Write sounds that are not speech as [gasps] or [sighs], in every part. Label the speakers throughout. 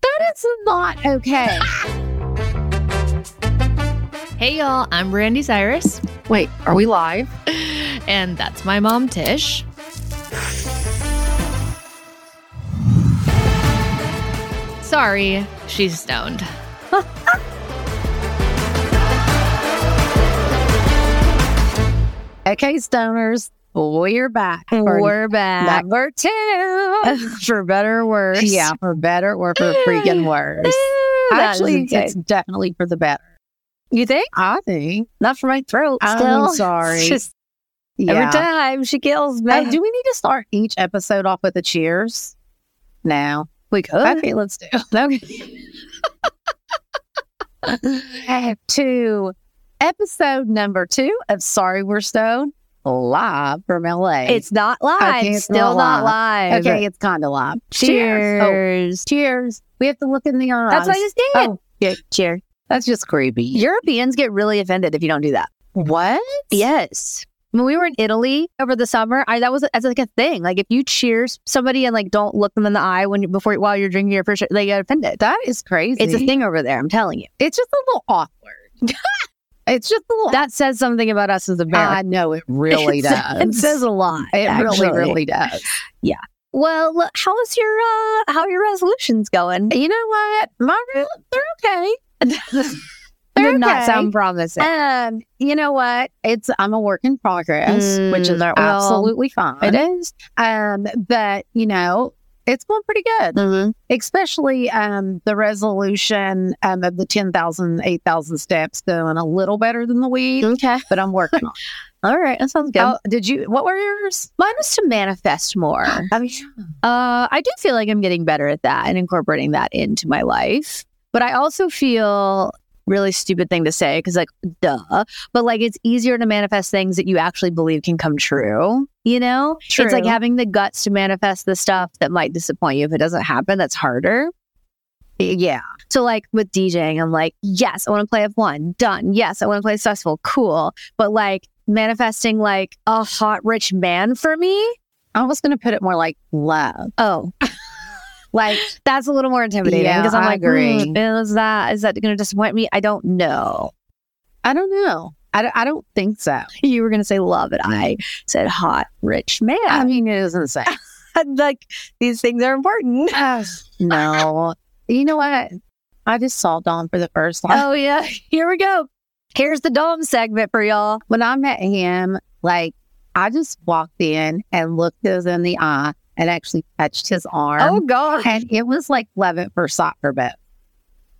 Speaker 1: That is
Speaker 2: [laughs]
Speaker 1: not okay.
Speaker 3: Hey y'all, I'm Brandy Cyrus,
Speaker 1: Wait, are we live?
Speaker 3: [laughs] and that's my mom Tish. Sorry, she's stoned.
Speaker 1: Okay, stoners, we're back. for
Speaker 3: We're back.
Speaker 1: number [laughs] two. for better or worse. Yeah, for better or for [laughs] freaking worse.
Speaker 3: That
Speaker 1: Actually,
Speaker 3: isn't
Speaker 1: it's definitely for the better.
Speaker 2: You think?
Speaker 1: I think.
Speaker 2: Not for my throat.
Speaker 1: [laughs] I'm
Speaker 2: still.
Speaker 1: sorry.
Speaker 2: It's just
Speaker 1: yeah.
Speaker 2: every time she kills me.
Speaker 1: Hey, do we need to start each episode off with a cheers? No.
Speaker 2: we could.
Speaker 1: Okay, let's do. [laughs] Okay. to episode number two of Sorry We're Stoned live from LA.
Speaker 2: It's not live.
Speaker 1: Okay, it's
Speaker 2: still
Speaker 1: not
Speaker 2: not live.
Speaker 1: okay. It's kind of live.
Speaker 2: Cheers.
Speaker 1: Oh, cheers. We have to look in the eyes.
Speaker 2: That's what I just did.
Speaker 1: Oh, yeah.
Speaker 2: Cheer.
Speaker 1: That's just creepy.
Speaker 2: Europeans get really offended if you don't do that.
Speaker 1: what?
Speaker 2: Yes. When we were in Italy over the summer, I that was that's like a thing. Like if you cheers somebody and like don't look them in the eye when you- before while you're drinking your first, they get offended.
Speaker 1: That is crazy.
Speaker 2: It's a thing over there. I'm telling you.
Speaker 1: It's just a little
Speaker 2: [laughs]
Speaker 1: awkward. it's just a little.
Speaker 2: That says something about us as Americans.
Speaker 1: [laughs] I know Uh, [laughs] it
Speaker 2: [laughs]
Speaker 1: really
Speaker 2: It
Speaker 1: does.
Speaker 2: sa- It says a lot.
Speaker 1: It
Speaker 2: actually.
Speaker 1: really, really does.
Speaker 2: Well, look, how's your uh, how are your resolutions going?
Speaker 1: [laughs] You know what? My re- they're okay.
Speaker 2: Did
Speaker 1: [laughs]
Speaker 2: [laughs]
Speaker 1: they're
Speaker 2: not
Speaker 1: okay.
Speaker 2: sound promising.
Speaker 1: Um, you know what? It's I'm a work in progress, which is
Speaker 2: Mm, well,
Speaker 1: absolutely fine.
Speaker 2: it
Speaker 1: is. Um, but you know, it's going pretty good. Especially um the resolution um of the 10,000, 8,000 steps doing a little better than the week,
Speaker 2: Okay.
Speaker 1: but I'm working on. it.
Speaker 2: All right. That sounds good.
Speaker 1: Oh, did you what were yours?
Speaker 2: Mine was to manifest more. uh,
Speaker 1: [gasps] I mean,
Speaker 2: I do feel like I'm getting better at that and incorporating that into my life. But I also feel really stupid thing to say because, like, duh. But like, it's easier to manifest things that you actually believe can come true. You know, it's like
Speaker 1: True.
Speaker 2: having the guts to manifest the stuff that might [laughs] disappoint you if it doesn't happen. That's harder.
Speaker 1: yeah.
Speaker 2: So like with DJing, I'm like, yes, I want to play F1. Done. Yes, I want to play this festival. Cool. But like manifesting like a hot rich man for me.
Speaker 1: I was gonna put it more like love.
Speaker 2: Oh, [laughs]
Speaker 1: Like
Speaker 2: that's a little more intimidating
Speaker 1: Yeah,
Speaker 2: because I'm
Speaker 1: I
Speaker 2: like,
Speaker 1: agree.
Speaker 2: "Mm, is that is that going to disappoint me? I don't know.
Speaker 1: I don't know. I, don't- I don't think so.
Speaker 2: [laughs] You were going to say love, and I said hot rich man. [laughs]
Speaker 1: I mean, it is insane.
Speaker 2: like these things are
Speaker 1: [laughs]
Speaker 2: important.
Speaker 1: no. You know what? I just saw Dawn for the first time.
Speaker 2: oh yeah, here we go. Here's the dom segment for y'all.
Speaker 1: When I met him, like I just walked in and looked us in the eye and actually touched his
Speaker 2: Oh
Speaker 1: arm.
Speaker 2: god,
Speaker 1: And it was like love at first sight for both.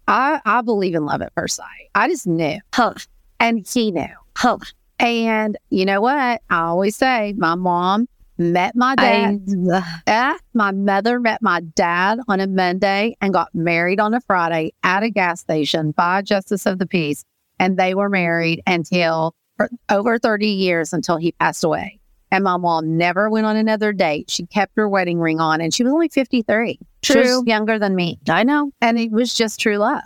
Speaker 1: I, I believe in love at first sight. I just knew.
Speaker 2: Huh.
Speaker 1: And he knew.
Speaker 2: Huh.
Speaker 1: And you know what? I always say my mom met my dad
Speaker 2: I,
Speaker 1: Eh, my mother met my dad on a Monday and got married on a Friday at a gas station by a justice of the peace. And they were married until for over 30 years until he passed away. And my mom never went on another date. She kept her wedding ring on and she was only 53. She was
Speaker 2: True.
Speaker 1: younger than me.
Speaker 2: I know
Speaker 1: And it was just true love.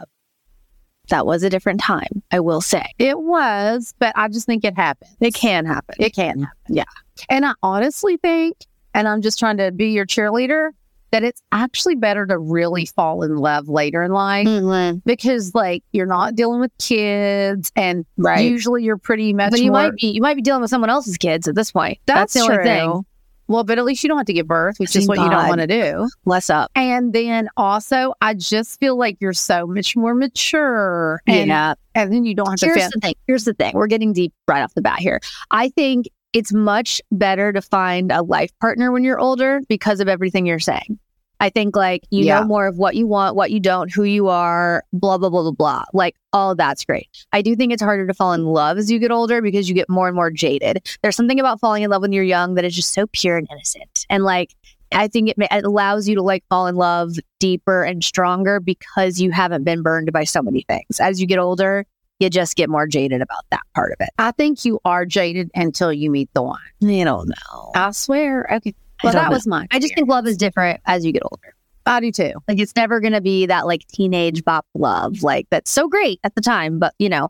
Speaker 2: that was a different time. I will say
Speaker 1: It was, but I just think it happened.
Speaker 2: it can happen.
Speaker 1: It can happen.
Speaker 2: Yeah.
Speaker 1: And I honestly think, and I'm just trying to be your cheerleader, that it's actually better to really fall in love later in life
Speaker 2: Mm-hmm.
Speaker 1: because, like, you're not dealing with kids, and
Speaker 2: Right.
Speaker 1: usually you're pretty much.
Speaker 2: but you
Speaker 1: more-
Speaker 2: might be you might be dealing with someone else's kids at this point.
Speaker 1: That's,
Speaker 2: That's, the only
Speaker 1: true.
Speaker 2: thing.
Speaker 1: Well, but at least you don't have to give birth, which is
Speaker 2: Thank
Speaker 1: what you don't
Speaker 2: God.
Speaker 1: want to do.
Speaker 2: Less up.
Speaker 1: And then also, I just feel like you're so much more mature, and,
Speaker 2: yeah.
Speaker 1: and then you don't have to.
Speaker 2: Here's
Speaker 1: feel-
Speaker 2: the thing. Here's the thing. We're getting deep right off the bat here. I think it's much better to find a life partner when you're older because of everything you're saying. I think like you
Speaker 1: Yeah.
Speaker 2: know more of what you want, what you don't, who you are, blah blah blah blah blah. Like all of that's great. I do think it's harder to fall in love as you get older because you get more and more jaded. There's something about falling in love when you're young that is just so pure and innocent. And like I think it, ma- it allows you to like fall in love deeper and stronger because you haven't been burned by so many things. As you get older, you just get more jaded about that part of it.
Speaker 1: I think you are jaded until you meet the one.
Speaker 2: You don't know.
Speaker 1: I swear. Okay.
Speaker 2: I
Speaker 1: Well,
Speaker 2: don't
Speaker 1: that
Speaker 2: know.
Speaker 1: was mine.
Speaker 2: I just think love is different as you get older.
Speaker 1: I do too.
Speaker 2: Like it's never going to be that like teenage bop love, like that's so great at the time, but you know,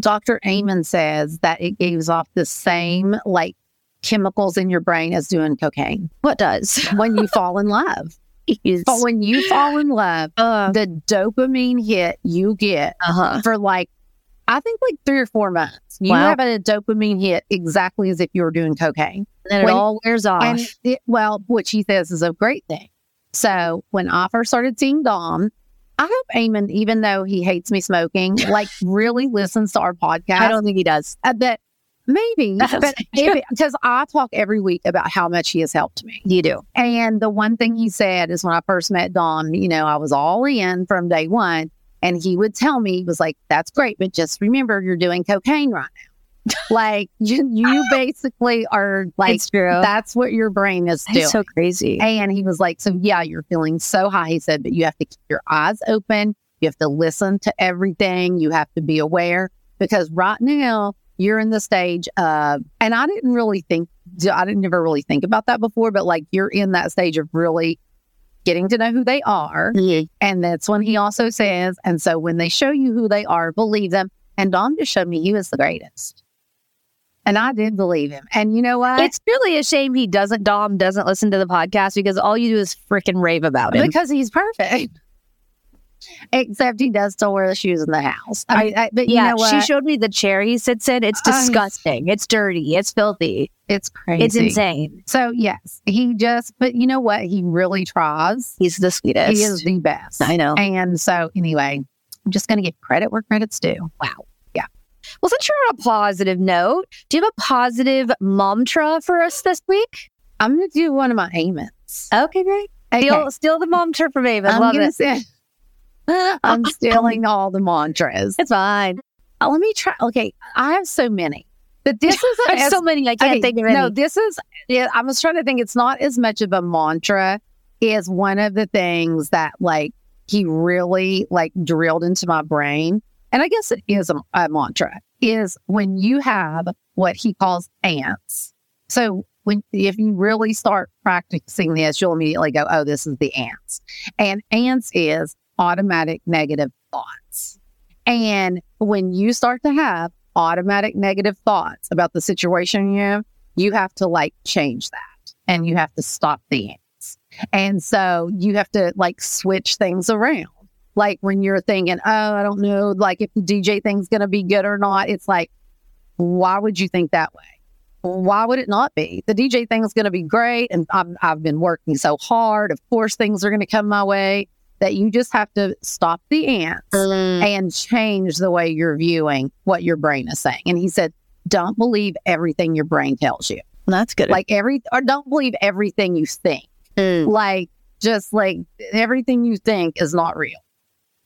Speaker 1: Dr. Amen says that it gives off the same like chemicals in your brain as doing cocaine
Speaker 2: what
Speaker 1: [laughs]
Speaker 2: does?
Speaker 1: when you fall in love.
Speaker 2: Is-
Speaker 1: But when you fall in love,
Speaker 2: uh
Speaker 1: the dopamine hit you get
Speaker 2: huh.
Speaker 1: for like, I think like three or four months, you
Speaker 2: Wow.
Speaker 1: have a dopamine hit exactly as if you were doing cocaine.
Speaker 2: Then it
Speaker 1: When-
Speaker 2: all wears off.
Speaker 1: And it, well, which he says is a great thing. So when I first started seeing Dom, I hope Eamon, even though he hates
Speaker 2: [laughs]
Speaker 1: me smoking, like really listens to our podcast.
Speaker 2: I don't think he does.
Speaker 1: Uh, but
Speaker 2: [laughs]
Speaker 1: maybe,
Speaker 2: That's-
Speaker 1: but because I talk every week about how much he has helped me.
Speaker 2: You do.
Speaker 1: And the one thing he said is when I first met Dom, you know, I was all in from day one. And he would tell me, he was like, that's great, but just remember you're doing cocaine right now. like you,
Speaker 2: [laughs]
Speaker 1: you basically are like,
Speaker 2: it's true.
Speaker 1: that's what your brain is doing.
Speaker 2: That's so crazy.
Speaker 1: And he was like, So, yeah, you're feeling so high. He said, But you have to keep your eyes open. You have to listen to everything. You have to be aware because right now you're in the stage of, and I didn't really think, I didn't never really think about that before, but like you're in that stage of really getting to know who they are.
Speaker 2: Mhm.
Speaker 1: And that's when he also says, And so when they show you who they are, believe them. And Dom just showed me he was the greatest. And I did believe him. And you know what?
Speaker 2: It's really a shame he doesn't, Dom doesn't listen to the podcast because all you do is freaking rave about him.
Speaker 1: Because he's perfect. [laughs] Except he does still wear the shoes in the house. I mean, I, but you
Speaker 2: yeah,
Speaker 1: know what?
Speaker 2: she showed me the cherry he sits in. It's
Speaker 1: I-
Speaker 2: disgusting. it's dirty. It's filthy.
Speaker 1: it's crazy.
Speaker 2: It's insane.
Speaker 1: So yes, he just. But you know what? He really tries.
Speaker 2: He's the sweetest.
Speaker 1: He is the best.
Speaker 2: I know.
Speaker 1: And so anyway, I'm just going to give credit where credit's due.
Speaker 2: Wow. Yeah. Well, since you're on a positive note, do you have a positive mantra for us this week?
Speaker 1: I'm going to do one of my amens.
Speaker 2: Okay, great.
Speaker 1: Okay.
Speaker 2: Steal, steal the mantra from Ava.
Speaker 1: I'm
Speaker 2: Love
Speaker 1: gonna
Speaker 2: it.
Speaker 1: [laughs] say- I'm stealing all the mantras.
Speaker 2: It's fine.
Speaker 1: Uh, Let me try. Okay, I have so many, but [laughs] this is an
Speaker 2: There's so many. [laughs] I can't
Speaker 1: Okay,
Speaker 2: think of any.
Speaker 1: No, this is. Yeah, I was trying to think. It's not as much of a mantra. Is one of the things that like he really like drilled into my brain, and I guess it is a, a mantra. Is when you have what he calls ants. So when if you really start practicing this, you'll immediately go, "Oh, this is the ants." And ants is automatic negative thoughts. And when you start to have automatic negative thoughts about the situation you're in, you have to like change that and you have to stop the ants. And so you have to like switch things around. Like when you're thinking, oh, I don't know, like if the DJ thing's going to be good or not, it's like, why would you think that way? Why would it not be? The DJ thing is going to be great. And I'm, I've been working so hard. Of course, things are going to come my way that you just have to stop the ants and change the way you're viewing what your brain is saying. And he said, don't believe everything your brain tells you.
Speaker 2: that's good. Mm.
Speaker 1: Like every, or don't believe everything you think. Like just like everything you think is not real.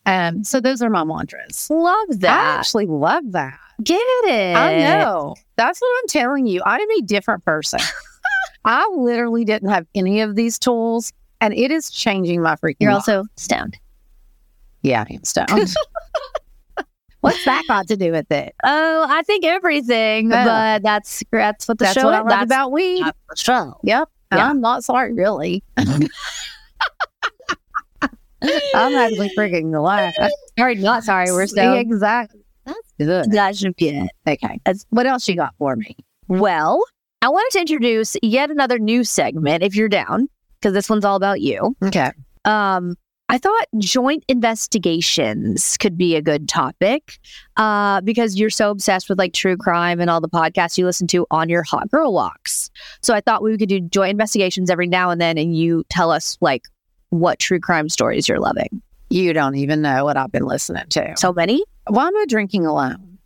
Speaker 1: Um, so those are my mantras.
Speaker 2: love
Speaker 1: I
Speaker 2: that.
Speaker 1: actually love that.
Speaker 2: Get it.
Speaker 1: I know. That's what I'm telling you. I am a different person. I literally didn't have any of these tools, and it is changing my freaking.
Speaker 2: You're
Speaker 1: life.
Speaker 2: also stoned.
Speaker 1: yeah, I am stoned. What's that got to do with it?
Speaker 2: Oh, I think everything,
Speaker 1: Yeah.
Speaker 2: but that's Oh. that's what the
Speaker 1: That's
Speaker 2: show
Speaker 1: what I
Speaker 2: is.
Speaker 1: love about weed.
Speaker 2: not the show.
Speaker 1: Yep. And
Speaker 2: Yeah.
Speaker 1: I'm not sorry, really. [laughs] I'm actually freaking alive.
Speaker 2: Sorry, not sorry. We're
Speaker 1: Yeah,
Speaker 2: stoned.
Speaker 1: Exactly. That's good.
Speaker 2: That should be it.
Speaker 1: Okay. What else you got for me?
Speaker 2: Well, I wanted to introduce yet another new segment if you're down, because this one's all about you.
Speaker 1: Okay.
Speaker 2: Um, I thought joint investigations could be a good topic uh, because you're so obsessed with like true crime and all the podcasts you listen to on your hot girl walks. So I thought we could do joint investigations every now and then, and you tell us like what true crime stories you're loving.
Speaker 1: You don't even know what I've been listening to.
Speaker 2: So many?
Speaker 1: Why am I drinking alone?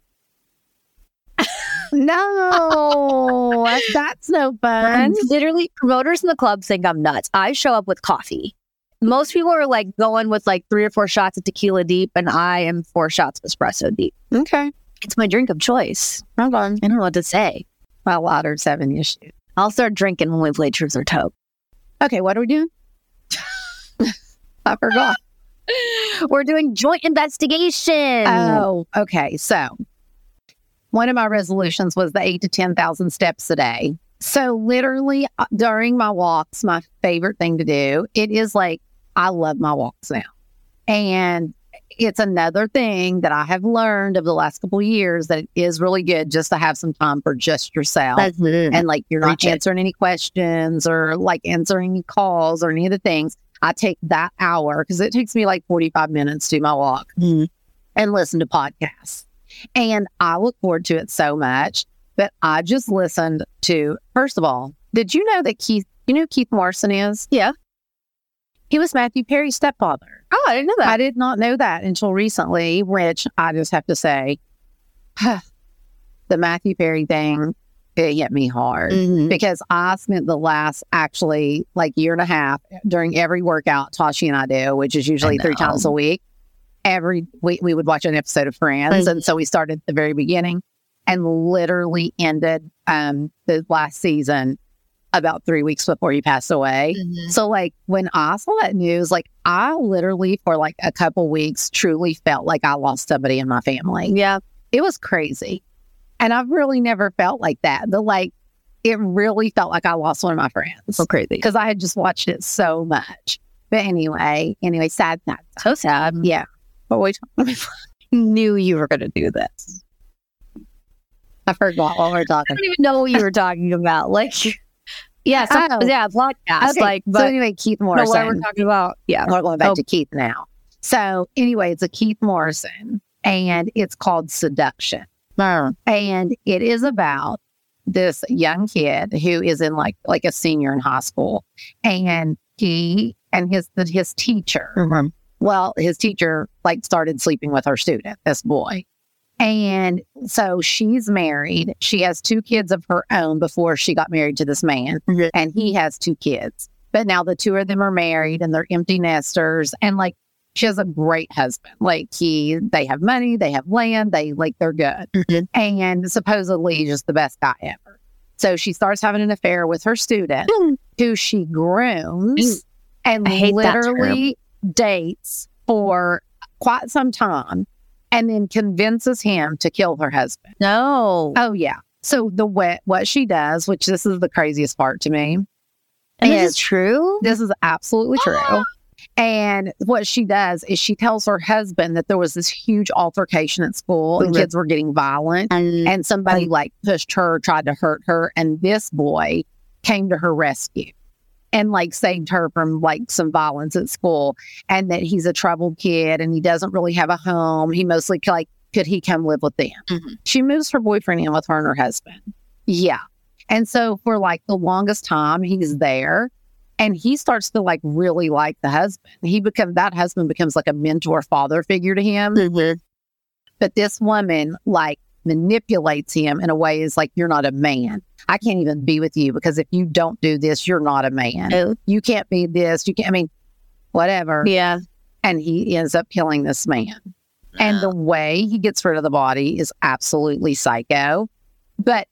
Speaker 1: [laughs] [laughs] no, that- that's no fun.
Speaker 2: literally promoters in the clubs think I'm nuts. I show up with coffee. Most people are like going with like three or four shots of tequila deep, and I am four shots of espresso deep.
Speaker 1: Okay.
Speaker 2: It's my drink of choice.
Speaker 1: Hold on.
Speaker 2: I don't know what to say.
Speaker 1: My water's having issues.
Speaker 2: I'll start drinking when we play Truth or Tope.
Speaker 1: Okay, what are we doing?
Speaker 2: [laughs]
Speaker 1: I forgot.
Speaker 2: We're doing joint investigation.
Speaker 1: Oh, okay. So one of my resolutions was the eight to 10,000 steps a day. So literally uh, during my walks, my favorite thing to do, it is like, I love my walks now. And it's another thing that I have learned over the last couple of years that it is really good just to have some time for just yourself
Speaker 2: That's-
Speaker 1: and like you're not
Speaker 2: Preach it.
Speaker 1: answering any questions or like answering any calls or any of the things. I take that hour because it takes me like 45 minutes to do my walk
Speaker 2: Mm.
Speaker 1: and listen to podcasts. And I look forward to it so much. But I just listened to, first of all, did you know that Keith, you know who Keith Morrison is?
Speaker 2: Yeah.
Speaker 1: He was Matthew Perry's stepfather.
Speaker 2: oh, I didn't know
Speaker 1: I
Speaker 2: that.
Speaker 1: did not know that until recently, which I just have to say, [sighs] the Matthew Perry thing, it hit me hard
Speaker 2: Mhm.
Speaker 1: because I spent the last actually like year and a half during every workout Tashi and I do, which is usually
Speaker 2: I
Speaker 1: three
Speaker 2: know.
Speaker 1: times a week. Every week we would watch an episode of Friends,
Speaker 2: Mhm.
Speaker 1: and so we started at the very beginning and literally ended um, the last season about three weeks before he passed away.
Speaker 2: Mm-hmm.
Speaker 1: So like when I saw that news, like I literally for like a couple weeks truly felt like I lost somebody in my family
Speaker 2: Yeah.
Speaker 1: it was crazy. And I've really never felt like that. The like, it really felt like I lost one of my friends
Speaker 2: So crazy.
Speaker 1: because I had just watched it so much. But anyway, anyway, sad, sad.
Speaker 2: So sad.
Speaker 1: Yeah. What were we talking about?
Speaker 2: Knew you were going to do this.
Speaker 1: I forgot what we we're
Speaker 2: I
Speaker 1: talking
Speaker 2: don't even know what you were talking about. Like, yeah, some,
Speaker 1: Oh.
Speaker 2: yeah, podcast.
Speaker 1: about.
Speaker 2: Like,
Speaker 1: so
Speaker 2: but
Speaker 1: anyway, Keith
Speaker 2: I don't know what
Speaker 1: Morrison.
Speaker 2: we're talking about. Yeah.
Speaker 1: We're going back
Speaker 2: Oh.
Speaker 1: to Keith now. So anyway, it's a Keith Morrison and it's called Seduction. and it is about this young kid who is in like like a senior in high school and he and his the, his teacher
Speaker 2: Mm-hmm.
Speaker 1: well his teacher like started sleeping with her student this boy and so she's married she has two kids of her own before she got married to this man
Speaker 2: Mhm.
Speaker 1: and he has two kids but now the two of them are married and they're empty nesters and like she has a great husband like he they have money they have land they like they're good
Speaker 2: Mm-hmm.
Speaker 1: and supposedly just the best guy ever. So she starts having an affair with her student,
Speaker 2: Mm.
Speaker 1: who she grooms and
Speaker 2: I hate that
Speaker 1: literally dates for quite some time and then convinces him to kill her husband.
Speaker 2: No.
Speaker 1: Oh, yeah. So the what, what she does, which this is the craziest part to me,
Speaker 2: and
Speaker 1: yeah.
Speaker 2: this is true? Ah.
Speaker 1: this is absolutely true. And what she does is she tells her husband that there was this huge altercation at school and
Speaker 2: Mhm.
Speaker 1: kids were getting violent
Speaker 2: And
Speaker 1: and somebody like pushed her, tried to hurt her, and this boy came to her rescue and like saved her from like some violence at school and that he's a troubled kid and he doesn't really have a home. He mostly like could he come live with them?
Speaker 3: Mhm.
Speaker 1: She moves her boyfriend in with her and her husband. Yeah. And so for like the longest time he's there and he starts to like really like the husband. He becomes that husband becomes like a mentor father figure to him. But this woman like manipulates him in a way is like, you're not a man. I can't even be with you because if you don't do this, you're not a man.
Speaker 2: Oh.
Speaker 1: You can't be this. You can't, I mean, whatever.
Speaker 2: yeah.
Speaker 1: And he ends up killing this man. And the way he gets rid of the body is absolutely psycho. But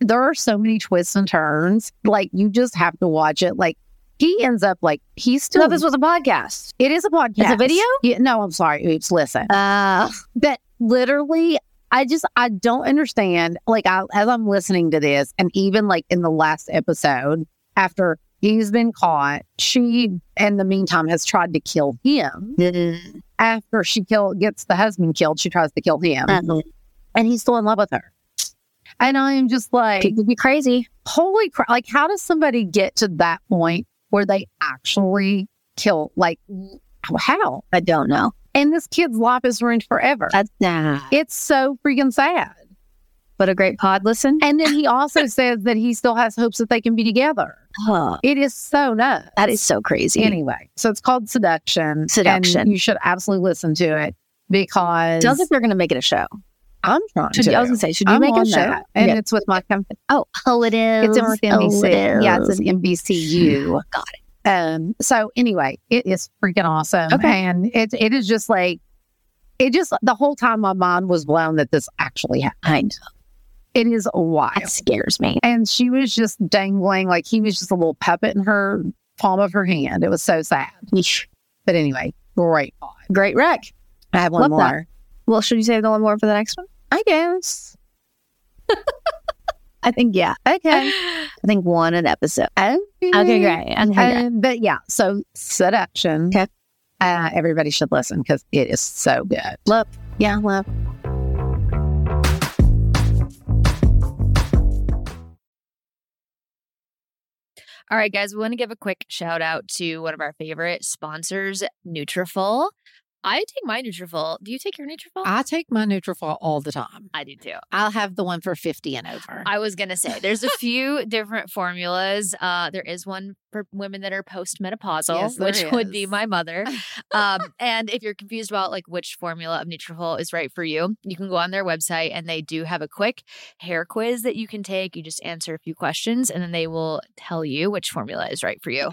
Speaker 1: there are so many twists and turns. Like, you just have to watch it. Like, he ends up like, he's still.
Speaker 2: No, this was a podcast.
Speaker 1: it is a podcast.
Speaker 2: a video?
Speaker 1: Yeah, no, I'm sorry. Oops, listen
Speaker 2: Uh,
Speaker 1: that literally I just I don't understand. Like I as I'm listening to this, and even like in the last episode, after he's been caught, she in the meantime has tried to kill him.
Speaker 3: Mm-hmm.
Speaker 1: After she kill gets the husband killed, she tries to kill him.
Speaker 2: Uh. um,
Speaker 1: And he's still in love with her. And I am just like,
Speaker 2: people be crazy.
Speaker 1: holy crap. Like, how does somebody get to that point where they actually kill? Like, how?
Speaker 2: I don't know.
Speaker 1: And this kid's life is ruined forever.
Speaker 2: That's nah.
Speaker 1: It's so freaking sad.
Speaker 2: But a great pod listen.
Speaker 1: And then he also says that he still has hopes that they can be together.
Speaker 2: Huh.
Speaker 1: It is so nuts.
Speaker 2: Uh, That is so crazy.
Speaker 1: anyway. So it's called Seduction.
Speaker 2: Seduction.
Speaker 1: And you should absolutely listen to it because
Speaker 2: Sounds like they're going to make it a show.
Speaker 1: I'm trying
Speaker 2: Should,
Speaker 1: to.
Speaker 2: I was going to say, should you
Speaker 1: I'm
Speaker 2: make it a
Speaker 1: on
Speaker 2: show?
Speaker 1: that. And
Speaker 2: Yeah.
Speaker 1: it's with my company.
Speaker 2: Oh, oh, it is.
Speaker 1: It's in with
Speaker 2: Oh,
Speaker 1: NBC.
Speaker 2: it
Speaker 1: yeah, it's
Speaker 2: is.
Speaker 1: an NBCU.
Speaker 2: [sighs] Got
Speaker 1: it. Um, so anyway, it is freaking awesome.
Speaker 2: Okay.
Speaker 1: And it it is just like it just the whole time my mind was blown that this actually happened.
Speaker 2: I know.
Speaker 1: It is wild.
Speaker 2: That scares me.
Speaker 1: and she was just dangling like he was just a little puppet in her
Speaker 2: palm of her hand. It was so sad. But anyway, great. pod.
Speaker 4: Great wreck.
Speaker 2: I have one
Speaker 4: Love
Speaker 2: more.
Speaker 4: that. Well, should you save the one more for the next one?
Speaker 2: I guess.
Speaker 4: [laughs] I think yeah. [laughs] Okay. I think one an episode.
Speaker 2: Okay,
Speaker 4: Okay, great. Okay, great.
Speaker 2: Um, but yeah, so seduction.
Speaker 4: Okay.
Speaker 2: Uh, everybody should listen because it is so good.
Speaker 4: Love.
Speaker 2: Yeah, love.
Speaker 3: All right, guys, we want to give a quick shout out to one of our favorite sponsors, Nutrafol. I take my Nutrafol. Do you take your Nutrafol?
Speaker 1: I take my Nutrafol all the time.
Speaker 3: I do too.
Speaker 1: I'll have the one for 50 and over.
Speaker 3: I was gonna say there's a few different formulas. Uh, there is one for women that are postmenopausal,
Speaker 1: Yes, there
Speaker 3: which would be
Speaker 1: is.
Speaker 3: my
Speaker 1: [laughs]
Speaker 3: mother. um, and if you're confused about like which formula of Nutrafol is right for you, you can go on their website and they do have a quick hair quiz that you can take. You just answer a few questions and then they will tell you which formula is right for you.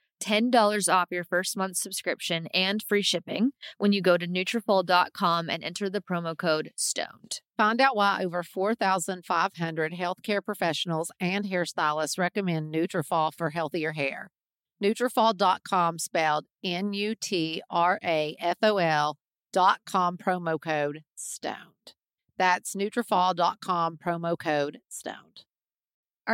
Speaker 3: $10 off your first month subscription and free shipping when you go to Nutrafol.com and enter the promo code STONED.
Speaker 1: Find out why over 4,500 healthcare professionals and hairstylists recommend Nutrafol for healthier hair. Nutrafol.com spelled N-U-T-R-A-F-O-L dot com promo code STONED. That's Nutrafol.com promo code STONED.
Speaker 3: All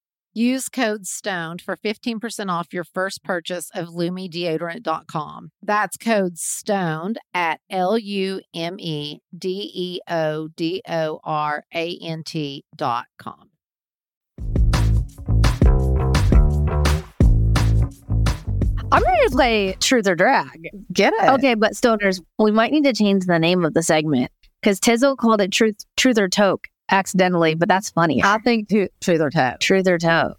Speaker 1: Use code STONED for 15% off your first purchase of LumiDeodorant.com. That's code STONED at L U M E D E O D O R A N T dot com.
Speaker 4: I'm ready to play Truth or Drag.
Speaker 2: Get it.
Speaker 4: Okay, but stoners, we might need to change the name of the segment because Tizzle called it Truth Truth or Toke accidentally, but that's funny.
Speaker 2: I think to, truth or toe.
Speaker 4: truth or Toke.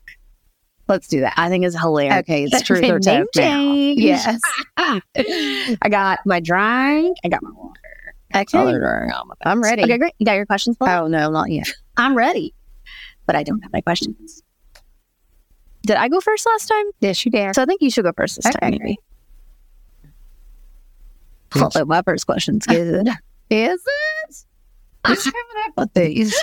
Speaker 2: Let's do that.
Speaker 4: I think is hilarious.
Speaker 2: Okay, it's truth or toe
Speaker 4: [laughs] Name
Speaker 2: now.
Speaker 4: change. [laughs]
Speaker 2: Yes.
Speaker 4: I got my drink. I got my water.
Speaker 2: Okay. I'm ready.
Speaker 4: Okay, great. You got your questions? Paula?
Speaker 2: Oh no, not yet.
Speaker 4: I'm ready, but I don't have my questions. Did I go first last time?
Speaker 2: Yes, you did.
Speaker 4: So I think you should go first this time.
Speaker 2: Okay.
Speaker 4: Mary. Although my first
Speaker 2: [laughs]
Speaker 4: question's good.
Speaker 2: Is it? What's coming up with [laughs] these?